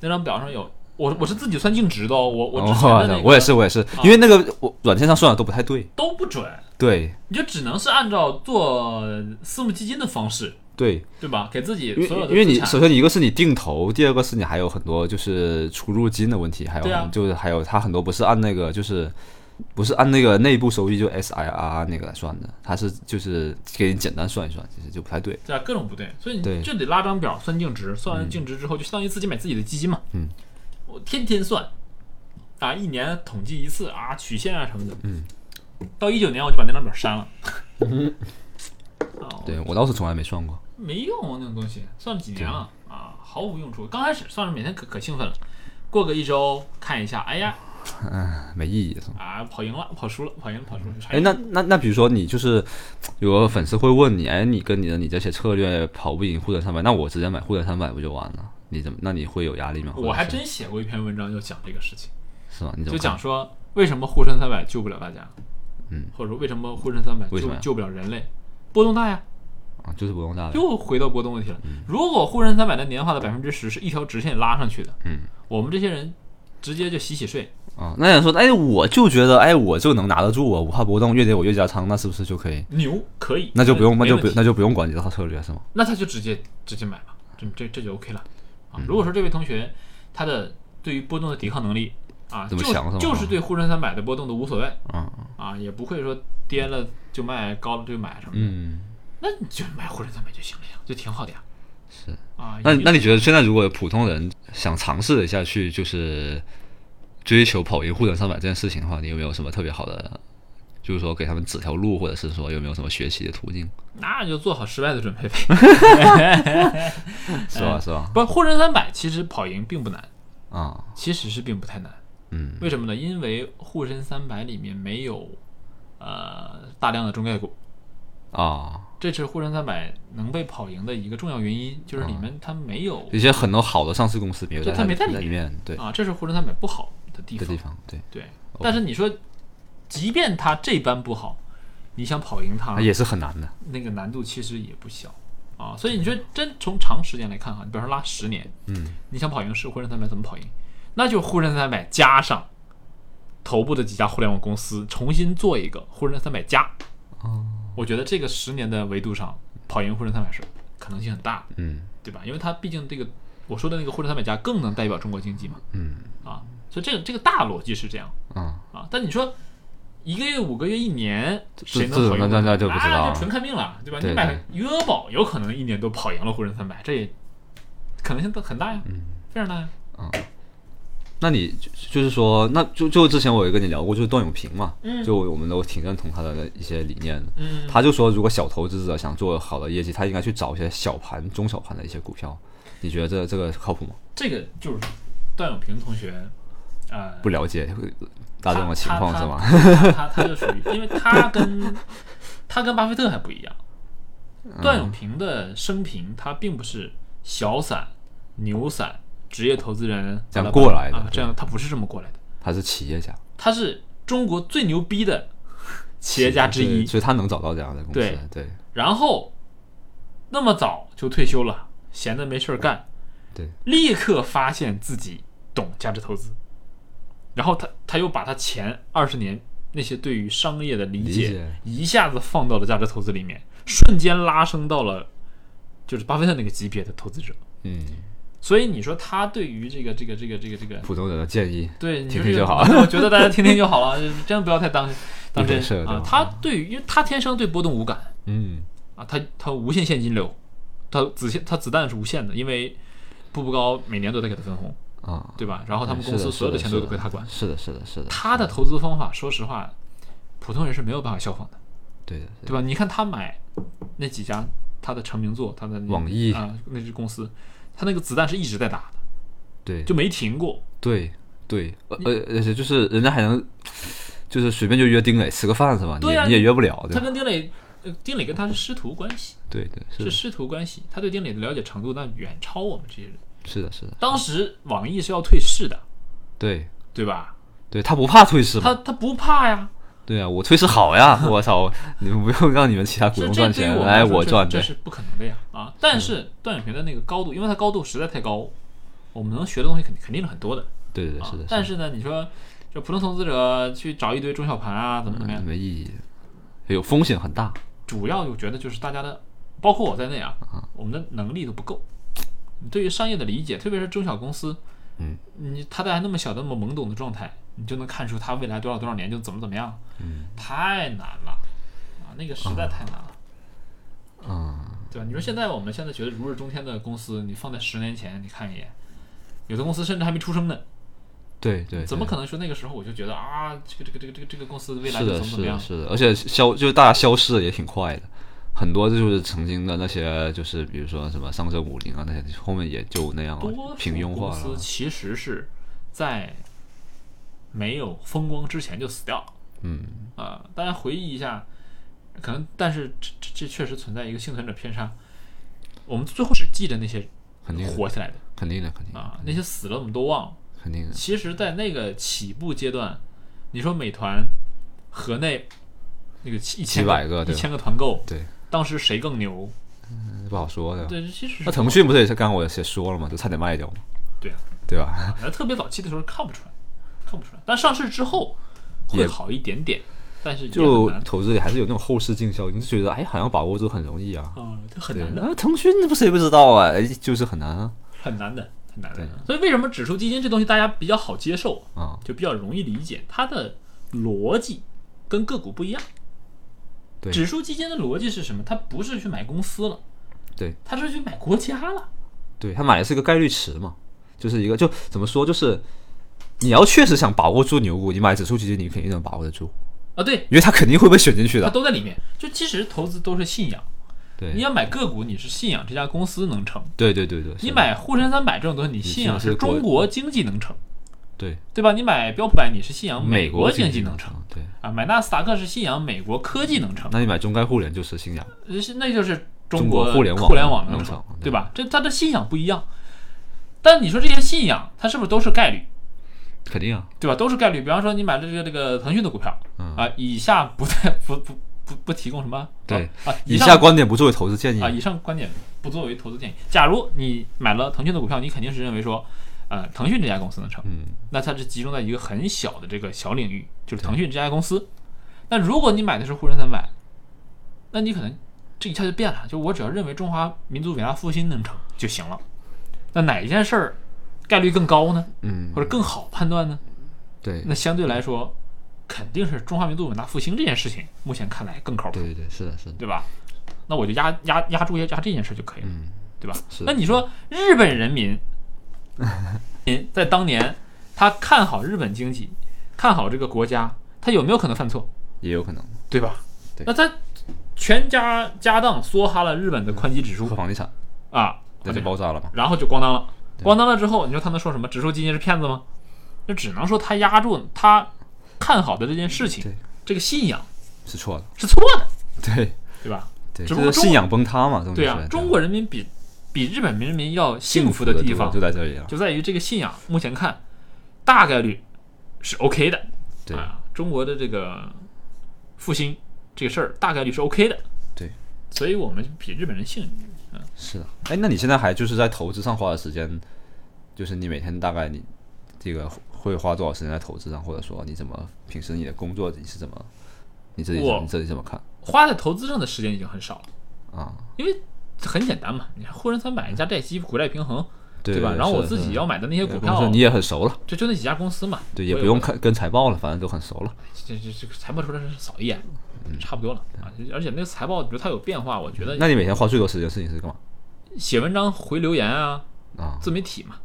B: 那张表上有我我是自己算净值的哦，我我之前的那
A: 哦
B: 个、啊
A: 我也是我也是，因为那个我软件上算的都不太对。
B: 都不准，
A: 对
B: 你就只能是按照做私募基金的方式，
A: 对，
B: 对吧？给自己
A: 因为
B: 所有的
A: 因为你
B: 资产
A: 首先你一个是你定投，第二个是你还有很多就是出入金的问题，还有
B: 对啊
A: 很就是还有它很多不是按那个就是不是按那个内部收益就 SIR 那个来算的，它是就是给你简单算一算，其实就不太对。
B: 对啊，各种不对，所以
A: 对
B: 你就得拉张表算净值，算完净值之后就相当于自己买自己的基金嘛。
A: 嗯，
B: 我天天算啊，一年统计一次啊，曲线啊什么的。
A: 嗯，
B: 到一九年我就把那张表 删了。哦，
A: 对我倒是从来没算过。
B: 没用啊，那种东西算了几年了啊，毫无用处。刚开始算是每天可可兴奋了，过个一周看一下，哎呀
A: 没意义是吗？
B: 啊，跑赢了，跑输了，跑赢了，跑输了。啥
A: 哎，
B: 意思
A: 那那那比如说你就是有个粉丝会问你，哎，你跟你的你这些策略跑不赢沪深三百，那我直接买沪深三百不就完了？你怎么？那你会有压力吗？
B: 我还
A: 或者
B: 真写过一篇文章，就讲这个事情。
A: 是是吗？你怎
B: 就
A: 么
B: 讲
A: 看
B: 说为什么沪深三百救不了大家，
A: 嗯，
B: 或者说为什么沪深三百
A: 为什
B: 救
A: 么呀
B: 救不了人类，波动大呀，
A: 啊，就是不用大的，
B: 又回到波动问题了。
A: 嗯
B: 如果沪深三百的年化的百分之十是一条直线拉上去的，
A: 嗯，
B: 我们这些人直接就洗洗睡，
A: 啊，那想说，哎，我就觉得，哎，我就能拿得住啊，五号波动，月底我越加仓，那是不是就可以？
B: 牛可以，
A: 那就不用，那
B: 没
A: 就
B: 问
A: 不
B: 题
A: 那就不用管你这套策略是吗？
B: 那他就直接直接买吧，这这这就 OK 了啊。
A: 嗯
B: 如果说这位同学他的对于波动的抵抗能力啊，
A: 这
B: 就
A: 么强是吗
B: 就是对沪深三百的波动都无所谓
A: 嗯
B: 啊，也不会说跌了就卖，高了就买什么的。
A: 嗯，
B: 那你就买沪深三百就行了呀，就挺好的呀。
A: 是
B: 啊，
A: 那
B: 也
A: 那你觉得现在如果普通人想尝试一下去就是追求跑赢沪深三百这件事情的话，你有没有什么特别好的，就是说给他们指条路，或者是说有没有什么学习的途径？
B: 那就做好失败的 准备呗。
A: 是吧？是吧？
B: 不，沪深三百其实跑赢并不难，
A: 啊，
B: 其实是并不太难。
A: 嗯
B: 为什么呢？因为沪深三百里面没有呃大量的中概股，
A: 啊，
B: 这是沪深三百能被跑赢的一个重要原因，就是
A: 啊
B: 里面它没有、
A: 一些很多好的上市公司没有
B: 对
A: 在
B: 它没在
A: 在
B: 里
A: 里面，对
B: 啊，这啊是沪深三百不好的地
A: 的
B: 方
A: 地。方，哦对，
B: 对，但是你说，即便它这般不好，你想跑赢它
A: 它也是很难的。
B: 那个难度其实也不小啊。所以你说真从长时间来看哈，你比方说拉十年，
A: 嗯，
B: 你想跑赢是沪深三百怎么跑赢？那就沪深三百加上头部的几家互联网公司重新做一个沪深三百加。哦，我觉得这个十年的维度上，跑赢沪深三百是可能性很大的，
A: 嗯
B: 对吧？因为它毕竟这个我说的那个沪深三百加更能代表中国经济嘛，
A: 嗯
B: 啊，所以这个这个大逻辑是这样。
A: 啊，
B: 啊。但你说一个月、五个月、一年，谁
A: 这
B: 能跑赢？
A: 那那就不知道
B: 啊
A: 了
B: 就纯看命了，对吧？
A: 对
B: 你买余额宝，有可能一年都跑赢了沪深三百，这也可能性都很大呀，
A: 嗯
B: 非常大呀。
A: 那你就就是说，那就就之前我有跟你聊过，就是段永平嘛，
B: 嗯
A: 就我们都挺认同他的一些理念的。
B: 嗯，
A: 他就说，如果小投资者想做好的业绩，他应该去找一些小盘、中小盘的一些股票。你觉得这这个靠谱吗？
B: 这个就是段永平同学， 呃，
A: 不了解会大众的情
B: 他
A: 况
B: 他
A: 是吗？
B: 他他他就属于，因为他跟他跟巴菲特还不一样，
A: 嗯
B: 段永平的生平他并不是小散、牛散、职业投资人
A: 这样过来的
B: 啊，
A: 对
B: 这样他不是这么过来的，
A: 他是企业家，
B: 他是中国最牛 逼的企业家之一
A: 对，所以他能找到这样的公司。
B: 对
A: 对
B: 然后那么早就退休了，闲的没事儿干，
A: 对
B: 立刻发现自己懂价值投资，然后他他又把他前二十年那些对于商业的理
A: 理解
B: 一下子放到了价值投资里面，瞬间拉升到了就是巴菲特那个级别的投资者。
A: 嗯，
B: 所以你说他对于这个这个这个这个这个
A: 普通人的建议，
B: 对，你
A: 听
B: 说
A: 听
B: 这
A: 就
B: 个
A: 好
B: 可能我觉得大家听听就好了，就是真的不要太当 当真
A: 一回事儿对
B: 啊
A: 吧。
B: 他对于，因为他天生对波动无感
A: 嗯，
B: 啊，他他无限现金流，他子线他子弹是无限的，因为步步高每年都在给他分红，
A: 啊，
B: 对吧？然后他们
A: 是
B: 公司
A: 的
B: 所有的
A: 是
B: 钱都
A: 的
B: 归他管。
A: 是的，是的，是的，
B: 他的投资方法，说实话，普通人是没有办法效仿的，
A: 对的，
B: 对吧？你看他买那几家他的成名作，他的那
A: 网易
B: 啊那只公司，他那个子弹是一直在打的，
A: 对，
B: 就没停过。
A: 对对，呃呃，而且就是人家还能，就是随便就约丁磊吃个饭是吧？
B: 对啊
A: 你你也约不了，对
B: 他
A: 吧？
B: 跟丁磊呃丁磊跟他是师徒关系，
A: 对对是
B: 是
A: 的
B: 师徒关系，他对丁磊的了解程度那远超我们这些人。
A: 是的是的，
B: 当时网易是要退市的，
A: 对
B: 对吧？
A: 对，他不怕退市嘛
B: 他，他不怕呀，
A: 对啊，我退市好呀，我操，你们不用让你们其他股
B: 啊这
A: 东
B: 这
A: 赚
B: 对于
A: 钱，
B: 我们
A: 来
B: 来说
A: 我
B: 这
A: 赚，
B: 这
A: 对
B: 是不可能的呀啊！但是段永平的那个高度，因为他高度实在太高，我们能学的东西肯定肯定是很多的
A: 对对
B: 啊
A: 是的，。
B: 但
A: 是
B: 是呢，你说就普通投资者去找一堆中小盘啊，怎么怎么
A: 的
B: 样，
A: 没意义，有风险很大，
B: 主要我觉得就是大家的，包括我在内啊，我们的能力都不够。你对于商业的理解，特别是中小公司，
A: 嗯，
B: 你他在那么小、那么懵懂的状态，你就能看出他未来多少多少年就怎么怎么样，嗯，太难了啊，那个实在太难了。
A: 嗯，
B: 对吧？你说现在我们现在觉得如日中天的公司，你放在十年前你看一眼，有的公司甚至还没出生呢，
A: 对对，
B: 怎么
A: 对
B: 可能说那个时候我就觉得啊，这个这个这个这个这个公司未来
A: 是的，
B: 就怎么怎
A: 是
B: 么
A: 的，
B: 样？
A: 是的，而且消就是大家消失的也挺快的，很多就是曾经的那些就是比如说什么上证五零啊那些，后面也就那样
B: 多
A: 了，
B: 数
A: 啊平庸
B: 公
A: 化
B: 司
A: 了。啊
B: 其实是在没有风光之前就死掉了
A: 嗯，
B: 啊、大家回忆一下，可能但是这这这确实存在一个幸存者偏差，我们最后只记得那些
A: 肯定的
B: 活下来的
A: 肯定的，肯定的
B: 啊、那些死了我们都忘了。
A: 肯定的，
B: 其实，在那个起步阶段，你说美团河内那个一千
A: 百个
B: 一
A: 对吧
B: 千个团购，
A: 对，
B: 当时谁更牛？
A: 不好说的。
B: 对，其实
A: 那腾讯不是也是刚刚我也说了嘛，就差点卖掉嘛，
B: 对啊，
A: 对吧？
B: 反正特别早期的时候看不出来，看不出来。但上市之后会
A: 也
B: 好一点点，但是也
A: 就
B: 很难，
A: 投资里还是有那种后视镜效应，就觉得哎，好像把握住很容易啊。
B: 嗯，这很
A: 对
B: 难，的，
A: 那腾讯那不谁不知道啊？哎，就是很难啊。
B: 很难的，很难的
A: 对。
B: 所以为什么指数基金这东西大家比较好接受，
A: 啊，
B: 就比较容易理解，它的逻辑跟个股不一样。
A: 对
B: 指数基金的逻辑是什么？它不是去买公司了，
A: 对，
B: 它是去买国家了。
A: 对他买的是一个概率池嘛，就是一个就怎么说，就是你要确实想把握住牛股，你买指数基金你肯定能把握得住，
B: 啊，对，
A: 因为它肯定会被选进去
B: 它
A: 的。
B: 都在里面。就其实投资都是信仰，
A: 对
B: 你，要买个股，你是信仰这家公司能成；
A: 对对对对，是
B: 你
A: 的
B: 买沪深三百这种东西，你信仰
A: 信仰
B: 是
A: 是国
B: 中国经济能成，
A: 对
B: 对吧？你买标普百，你是信仰
A: 美
B: 国
A: 经
B: 经济能
A: 能
B: 成
A: 成，对，
B: 啊；买纳斯达克是信仰美国科技能成，
A: 那你买中概互联就是信仰，
B: 呃是那就是
A: 中
B: 国
A: 国互联网
B: 互联网能
A: 能
B: 成
A: 成，
B: 对吧？这它的信仰不一样。但你说这些信仰，它是不是都是概率？
A: 肯定啊，
B: 对吧？都是概率。比方说，你买了这个这个腾讯的股票，
A: 嗯
B: 啊，以下不再不不不不提供什么
A: 对
B: 啊，
A: 以
B: 上
A: 下观点不作为投资建议
B: 啊，以上观点不作为投资建议。假如你买了腾讯的股票，你肯定是认为说，呃，腾讯这家公司能成，
A: 嗯，
B: 那它是集中在一个很小的这个小领域，就是腾讯这家公司。那如果你买的是沪深三百，那你可能这一下就变了，就我只要认为中华民族伟大复兴能成就行了。那哪一件事儿概率更高呢？
A: 嗯，
B: 或者更好判断呢？
A: 对
B: 那相对来说，肯定是中华民族伟大复兴这件事情，目前看来更靠谱
A: 对，对对，是的，是的，
B: 对吧？那我就压压压住压压这件事就可以了，
A: 嗯，
B: 对吧？
A: 是
B: 那你说日本 人民，您在当年他看好日本经济，看好这个国家，他有没有可能犯错，
A: 也有可能
B: 对吧？
A: 对
B: 那他全家家当梭哈了日本的宽基指数
A: 和房地产
B: 啊，
A: 那就爆炸了嘛，
B: 然后就咣当了，咣当了之后，你说他能说什么？指数基金是骗子吗？那只能说他压住他看好的这件事情
A: 对，
B: 这个信仰
A: 是错的，
B: 是错的，
A: 对
B: 对吧？
A: 对，
B: 只
A: 这
B: 不过
A: 是
B: 中
A: 信仰崩塌嘛，这种
B: 对
A: 东
B: 啊
A: 西，
B: 中国人民比比日本人民要幸
A: 幸
B: 福
A: 福
B: 的
A: 地
B: 地
A: 方
B: 方
A: 就在这里了，
B: 就在于这个信仰，目前看大概率是 OK 的。
A: 对
B: 啊，中国的这个复兴这个事儿大概率是 OK 的，
A: 对。
B: 所以我们比日本人幸运。
A: 是的，哎，那你现在还就是在投资上花的时间，就是你每天大概你这个会花多少时间在投资上，或者说你怎么平时你的工作你是怎么，你自己
B: 我
A: 你自己怎么看
B: 花在投资上的时间已经很少了，
A: 啊？
B: 因为很简单嘛，你看沪深三百加债息股债平衡，
A: 对
B: 吧？然后我自己要
A: 买
B: 买的那些股
A: 公
B: 票
A: 司，你也很熟了，
B: 就就那几家公司嘛，
A: 对，也
B: 我
A: 不用看跟财报了，反正都很熟了。
B: 这这这个财报出来是扫一眼，差不多了啊。而且那个财报，比如它有变化，我觉得
A: 那你每天花最多时间的事情是干嘛
B: 写文章回留言啊，
A: 啊？
B: 自媒体嘛，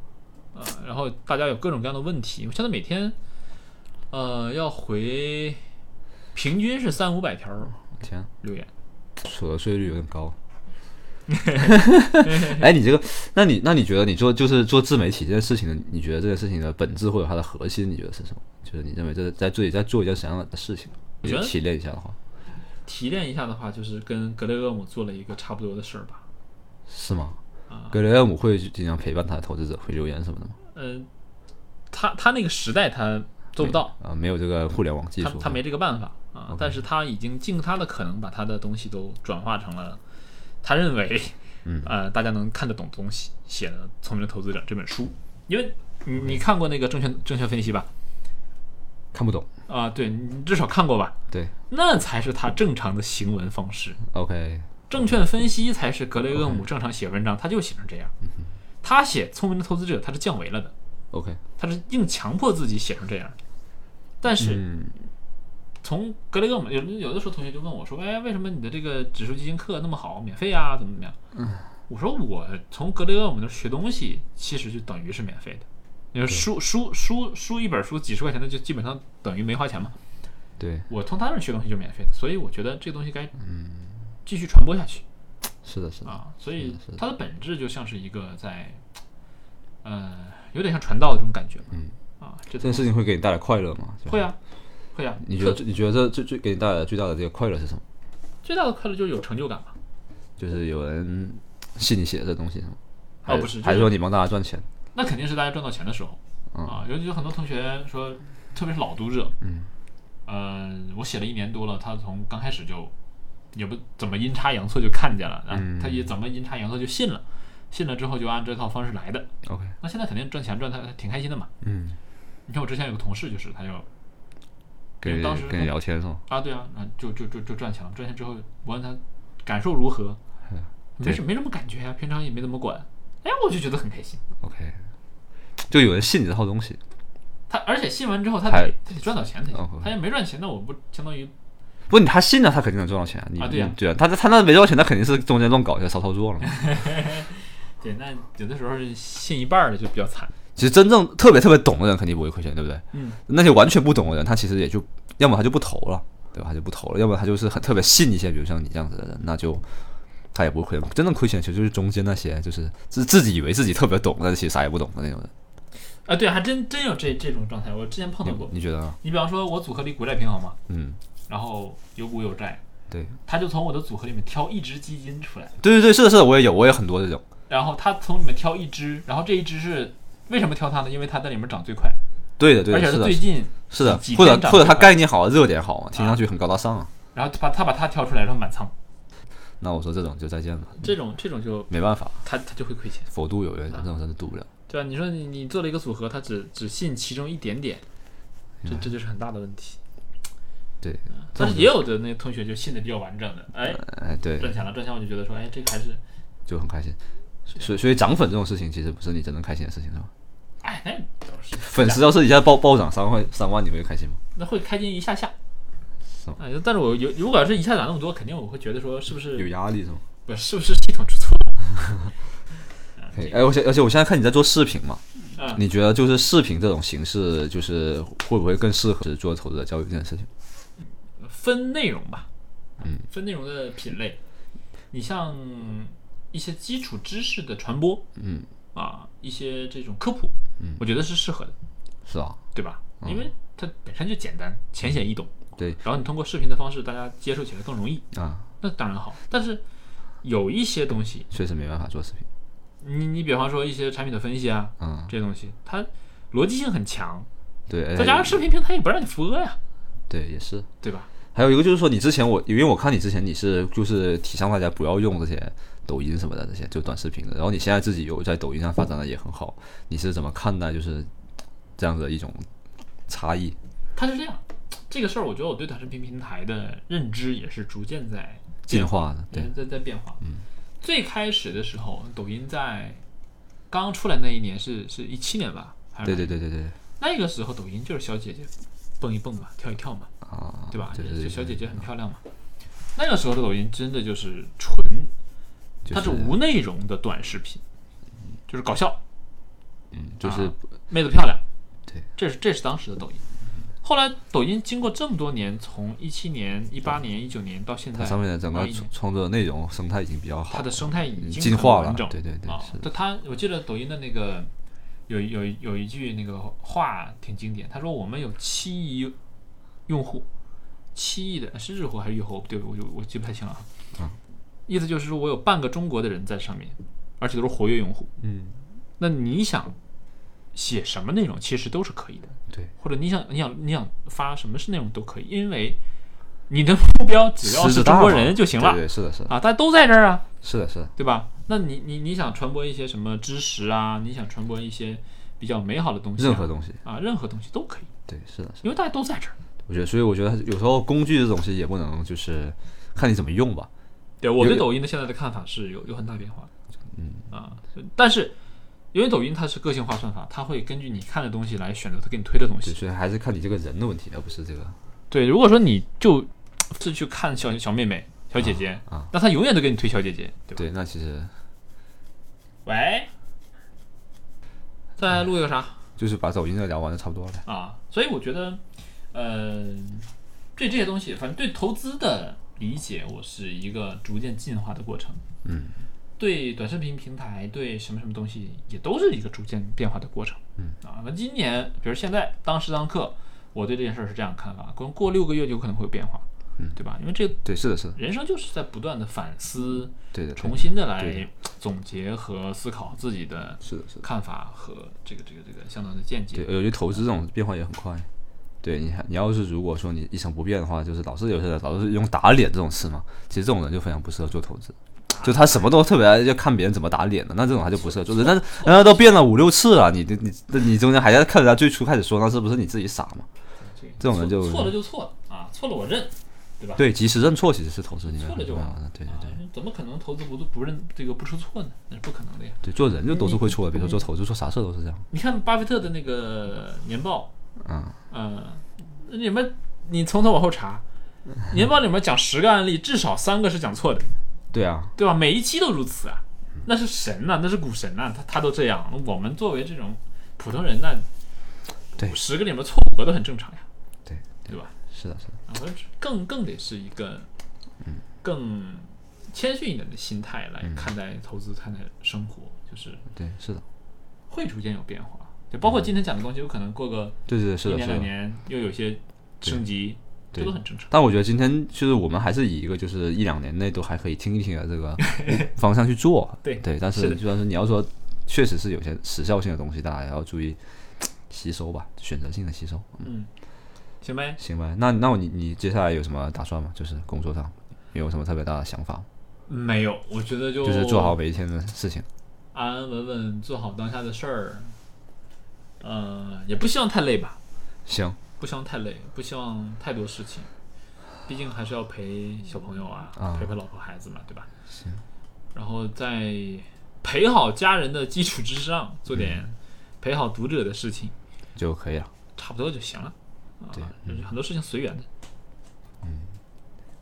B: 啊、然后大家有各种各样的问题，我现在每天，呃，要回，平均是三五百条
A: 天，啊
B: 留言，
A: 所得税率有点 高。哎，你这个，那你那你觉得你做就是做自媒体这件事情的，你觉得这件事情的本质或者它的核心，你觉得是什么？就是你认为这是在自己在做一件什么样的事情？
B: 我觉得
A: 提炼一下的话，
B: 提炼一下的话，就是跟格雷厄姆做了一个差不多的事儿吧。
A: 是吗？
B: 啊
A: 格雷厄姆会经常陪伴他的投资者会留言什么的吗？
B: 嗯、他他那个时代他做不到，
A: 啊、没有这个互联网技
B: 他
A: 术，
B: 他没这个办法啊。但是他已经尽他的可能把他的东西都转化成了他认为，
A: 嗯
B: 呃，大家能看得懂的东西，写的《聪明的投资者》这本书。因为你你看过那个证券证券分析吧？
A: 看不懂。
B: 啊、对你至少看过吧？
A: 对
B: 那才是他正常的行文方式。
A: ，OK，
B: 证券分析才是格雷厄姆正常写文章，他就写成这样。
A: 嗯
B: 他写《聪明的投资者》，他是降维了的，
A: OK，
B: 他是硬强迫自己写成这样的。但是
A: 嗯，
B: 从格雷厄姆有有的时候，同学就问我说：“哎，为什么你的这个指数基金课那么好，免费啊？怎么怎么样？”
A: 嗯
B: 我说：“我从格雷厄姆那儿学东西，其实就等于是免费的。你说书书书书一本书几十块钱的，就基本上等于没花钱嘛。
A: 对，
B: 我从他那儿学东西就免费的，所以我觉得这个东西该继续传播下去。”
A: 是嗯的，是的，
B: 啊，所以
A: 是的是的
B: 它的本质就像是一个在，呃，有点像传道的这种感觉嘛。
A: 嗯，
B: 啊，这
A: 这件事情会给你带来快乐吗？
B: 会
A: 啊。
B: 啊，会啊。
A: 你觉得
B: 特
A: 这你觉得这最最给你带来最大的这个快乐是什么？
B: 最大的快乐就是有成就感嘛？
A: 就是有人信你写的这东西是吗？
B: 哦
A: 还
B: 不是就是
A: 还是说你帮大家赚钱？
B: 那肯定是大家赚到钱的时候
A: 嗯
B: 啊。尤其有很多同学说，特别是老读者，
A: 嗯，
B: 呃，我写了一年多了，他从刚开始就也不怎么阴差阳错就看见了，然后
A: 嗯
B: 他也怎么阴差阳错就信了，信了之后就按这套方式来的。
A: OK，
B: 那现在肯定赚钱赚他挺开心的嘛。
A: 嗯，
B: 你看我之前有个同事，就是他就
A: 跟
B: 因为当时
A: 你跟你聊天是吗？
B: 啊，对啊，那就就就就赚钱了。赚钱之后，我问他感受如何，没
A: 嗯对
B: 什没什么感觉呀、平常也没怎么管。哎，我就觉得很开心。
A: OK，就有人信你这套东西。
B: 他而且信完之后，他
A: 还
B: 得他得赚到钱才行
A: 哦。
B: 他要没赚钱，那我不相当于
A: 不，你他信了，他肯定能赚到钱。你
B: 啊嗯对呀
A: 你对啊，他他那没赚到钱，他肯定是中间乱搞一下骚操作了嘛。
B: 对？那有的时候信一半儿的就比较惨。
A: 其实真正特别特别懂的人肯定不会亏钱，对不对？
B: 嗯，
A: 那些完全不懂的人，他其实也就要么他就不投了，对吧？他就不投了，要么他就是很特别信一些，比如像你这样子的人，那就他也不会亏钱。真正亏钱其实就是中间那些，就是自自己以为自己特别懂，但是其实啥也不懂的那种人。
B: 啊，对，还真真有这这种状态，我之前碰到过。
A: 你觉得呢？
B: 你比方说，我组合里股债平衡嘛，
A: 嗯，
B: 然后有股有债，
A: 对，
B: 他就从我的组合里面挑一只基金出来，
A: 对对对，是的，是的，我也有，我也很多这种。
B: 然后他从里面挑一只，然后这一只是为什么挑它呢？因为它在里面涨最快，
A: 对的，对
B: 而
A: 的，
B: 且
A: 是
B: 最
A: 的，
B: 近
A: 是的
B: 几，
A: 或者
B: 天涨
A: 或者他
B: 最快
A: 概念好，热点好嘛，听上去很高大上啊。
B: 然后把他把他挑出来，然后满仓，
A: 那我说这种就再见了，
B: 这种这种就
A: 没办法，
B: 他他就会亏钱，
A: 佛度有缘人，这种真的渡不了。
B: 对吧、你说你你做了一个组合，他只只信其中一点点，这这就是很大的问题。
A: 嗯
B: 嗯
A: 对，
B: 但是也有的那个同学就信的比较完整的，哎，
A: 哎，对，
B: 赚钱了，赚钱我就觉得说，哎，这个还是，
A: 就很开心。所以，所以涨粉这种事情其实不是你真正开心的事情，是吧？
B: 哎，那都是
A: 粉丝要是一下暴暴涨三万三万，你会开心吗？
B: 那会开心一下下
A: 吗。
B: 哎，但是我有如果要是一下涨那么多，肯定我会觉得说，是不
A: 有
B: 是
A: 压力是吗？
B: 不是不是系统出错 了？
A: 可以。哎，而且而且我现在看你在做视频嘛，
B: 嗯
A: 你觉得就是视频这种形式，就是会不会更适合做投资者教育这件事情？
B: 分内容吧，
A: 嗯，
B: 分内容的品类。你像一些基础知识的传播，
A: 嗯，
B: 啊，一些这种科普，
A: 嗯
B: 我觉得是适合的，
A: 是吧？
B: 对吧？因为它本身就简单、浅显易懂，
A: 对
B: 然后你通过视频的方式，大家接受起来更容易，
A: 啊，
B: 那当然好。但是有一些东西，
A: 确实没办法做视频。
B: 你你比方说一些产品的分析啊，
A: 嗯，
B: 这些东西，它逻辑性很强，
A: 对，哎
B: 再加上视频平台也不让你扶额呀，
A: 对也是。
B: 对吧？
A: 还有一个就是说，你之前我因为我看你之前你是就是提倡大家不要用这些抖音什么的这些就短视频的，然后你现在自己有在抖音上发展的也很好，你是怎么看待就是这样的一种差异？
B: 它是这样，这个事儿，我觉得我对短视频平台的认知也是逐渐在
A: 进化的，对
B: 也是，在在变化。嗯，最开始的时候，抖音在刚出来那一年是是一七年吧？还是
A: 对对对对对
B: 那个时候抖音就是小姐姐蹦一蹦嘛，跳一跳嘛，
A: 啊，
B: 对吧？
A: 对
B: 也
A: 对
B: 是小
A: 对，
B: 姐姐很漂亮嘛。那个时候的抖音真的就是纯，
A: 就
B: 它是无内容的短视频，就是搞笑，
A: 嗯就是
B: 啊妹子漂亮，
A: 对，
B: 这是这是当时的抖音。后来抖音经过这么多年，从一七年、一八年、一九年到现在，
A: 它上面的整
B: 到
A: 个
B: 一年
A: 创创作的内容生态已经比较
B: 它
A: 好
B: 的，生态已
A: 嗯
B: 经
A: 进
B: 很
A: 化
B: 完
A: 了
B: 整，
A: 对对对
B: 啊
A: 是，
B: 就他我记得抖音的那个有有有一句那个话挺经典，他说我们有七亿用户，七亿的是日货还是越货？对，我就我记不太清了。啊。
A: 嗯
B: 意思就是说我有半个中国的人在上面，而且都是活跃用户。
A: 嗯，
B: 那你想写什么内容，其实都是可以的，
A: 对，
B: 或者你想你想你想发什么是内容都可以，因为你的目标只要
A: 食
B: 是
A: 指大
B: 中国
A: 嘛
B: 人就行了
A: 对对，是的，是的，
B: 啊，大家都在这儿啊，
A: 是的，是的，
B: 对吧？那你你你想传播一些什么知识啊？你想传播一些比较美好的东西啊、
A: 任何东西，
B: 啊，任何东西都可以，
A: 对，是的，是的。
B: 因为大家都在这儿。
A: 我觉得，所以我觉得有时候工具这种东西也不能就是看你怎么用吧。
B: 对，我对
A: 有
B: 抖音的现在的看法是有有很大变化。嗯啊，但是因为抖音它是个性化算法，它会根据你看的东西来选择它给你推的东
A: 对，
B: 西。
A: 所以还是看你这个人的问题，而不是这个。
B: 对，如果说你就是去看小小妹妹、小姐姐，
A: 啊
B: 那她永远都给你推小姐姐，对吧？
A: 对，那其实
B: 喂，再录一个啥？
A: 就是把抖音的聊完就差不多了呗。
B: 啊，所以我觉得，呃，对这些东西，反正对投资的理解，我是一个逐渐进化的过程。
A: 嗯，
B: 对短视频平台，对什么什么东西，也都是一个逐渐变化的过程。
A: 嗯，
B: 啊，那今年，比如现在当时当刻，我对这件事儿是这样看法，可能过六个月就可能会有变化，
A: 嗯，
B: 对吧？因为这个
A: 对，是的，是的，
B: 人生就是在不断的反思，
A: 对的，对
B: 重
A: 的
B: 新的来
A: 对
B: 总结和思考自己的
A: 是的，是的。
B: 看法和这个这个这个相当的见解。
A: 对，我觉得投资这种变化也很快。对你还，你要是如果说你一成不变的话，就是老是有些人老是用打脸这种事嘛，其实这种人就非常不适合做投资，就他什么都特别爱要看别人怎么打脸的，那这种他就不适合做。人家人家都变了五六次了，你你你你中间还在看人家最初开始说，那是不是你自己傻嘛？
B: 这个
A: 这种人
B: 错
A: 就
B: 错了就错了啊，错了我认，对吧？
A: 对，及时认错其实是投资里面
B: 错了
A: 很
B: 就
A: 重
B: 完
A: 要
B: 了
A: 的。对对
B: 啊
A: 对，
B: 怎么可能投资不不认这个不出错呢？那是不可能的呀。
A: 对，做人就都是会错的，比如说做投资、做啥事都是这样。
B: 你看巴菲特的那个年报，
A: 嗯，
B: 呃，里面你从头往后查，年报里面讲十个案例，至少三个是讲错的，
A: 对啊，
B: 对吧？每一期都如此啊，那是神呐、那是股神呐、他他都这样，我们作为这种普通人那
A: 对
B: 十个里面错五个都很正常呀，
A: 对
B: 对吧？
A: 是的，是的，
B: 啊，我觉得更更得是一个，更谦逊一点的心态来看待投资、看待生活，就是
A: 对，是的，
B: 会逐渐有变化。就包括今天讲的东西，有可能过个
A: 对对对
B: 一
A: 嗯是的，
B: 年
A: 是
B: 两
A: 的。
B: 年又有些升级，这
A: 对
B: 都很正常。
A: 但我觉得今天就是我们还是以一个就是一两年内都还可以听一听的这 个方向去做，
B: 对
A: 对。但
B: 是
A: 是
B: 的
A: 就算是你要说，确实是有些时效性的东西，大家也要注意吸收吧，选择性的吸收。嗯，
B: 嗯，行呗。
A: 行吧。那那我你你接下来有什么打算吗？就是工作上有什么特别大的想法吗？
B: 没有，我觉得就
A: 就是做好每一天的事情。
B: 安安稳稳做好当下的事儿。呃，也不希望太累吧，
A: 行，
B: 不希望太累，不希望太多事情，毕竟还是要陪小朋友啊，
A: 啊
B: 陪陪老婆孩子嘛，对吧？
A: 行。
B: 然后在陪好家人的基础之上，做点
A: 嗯
B: 陪好读者的事情，
A: 就可以了。
B: 差不多就行了。啊
A: 对，嗯
B: 就是很多事情随缘的，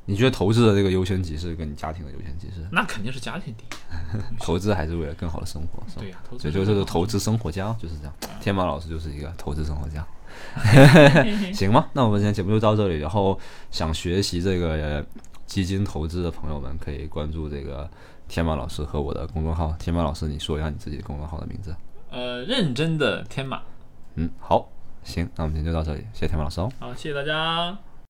A: 你觉得投资的这个优先级是跟你家庭的优先级是？
B: 那肯定是家庭第一。
A: 投资还是为了更好的生活，是吧？
B: 对呀、投资
A: 所以就是投资生活家就是这样。天马老师就是一个投资生活家，行吗？那我们今天节目就到这里。然后想学习这个呃基金投资的朋友们，可以关注这个天马老师和我的公众号。天马老师，你说一下你自己的公众号的名字。
B: 呃，认真的天马。
A: 嗯，好，行，那我们今天就到这里，谢谢天马老师哦。
B: 好，谢谢大家。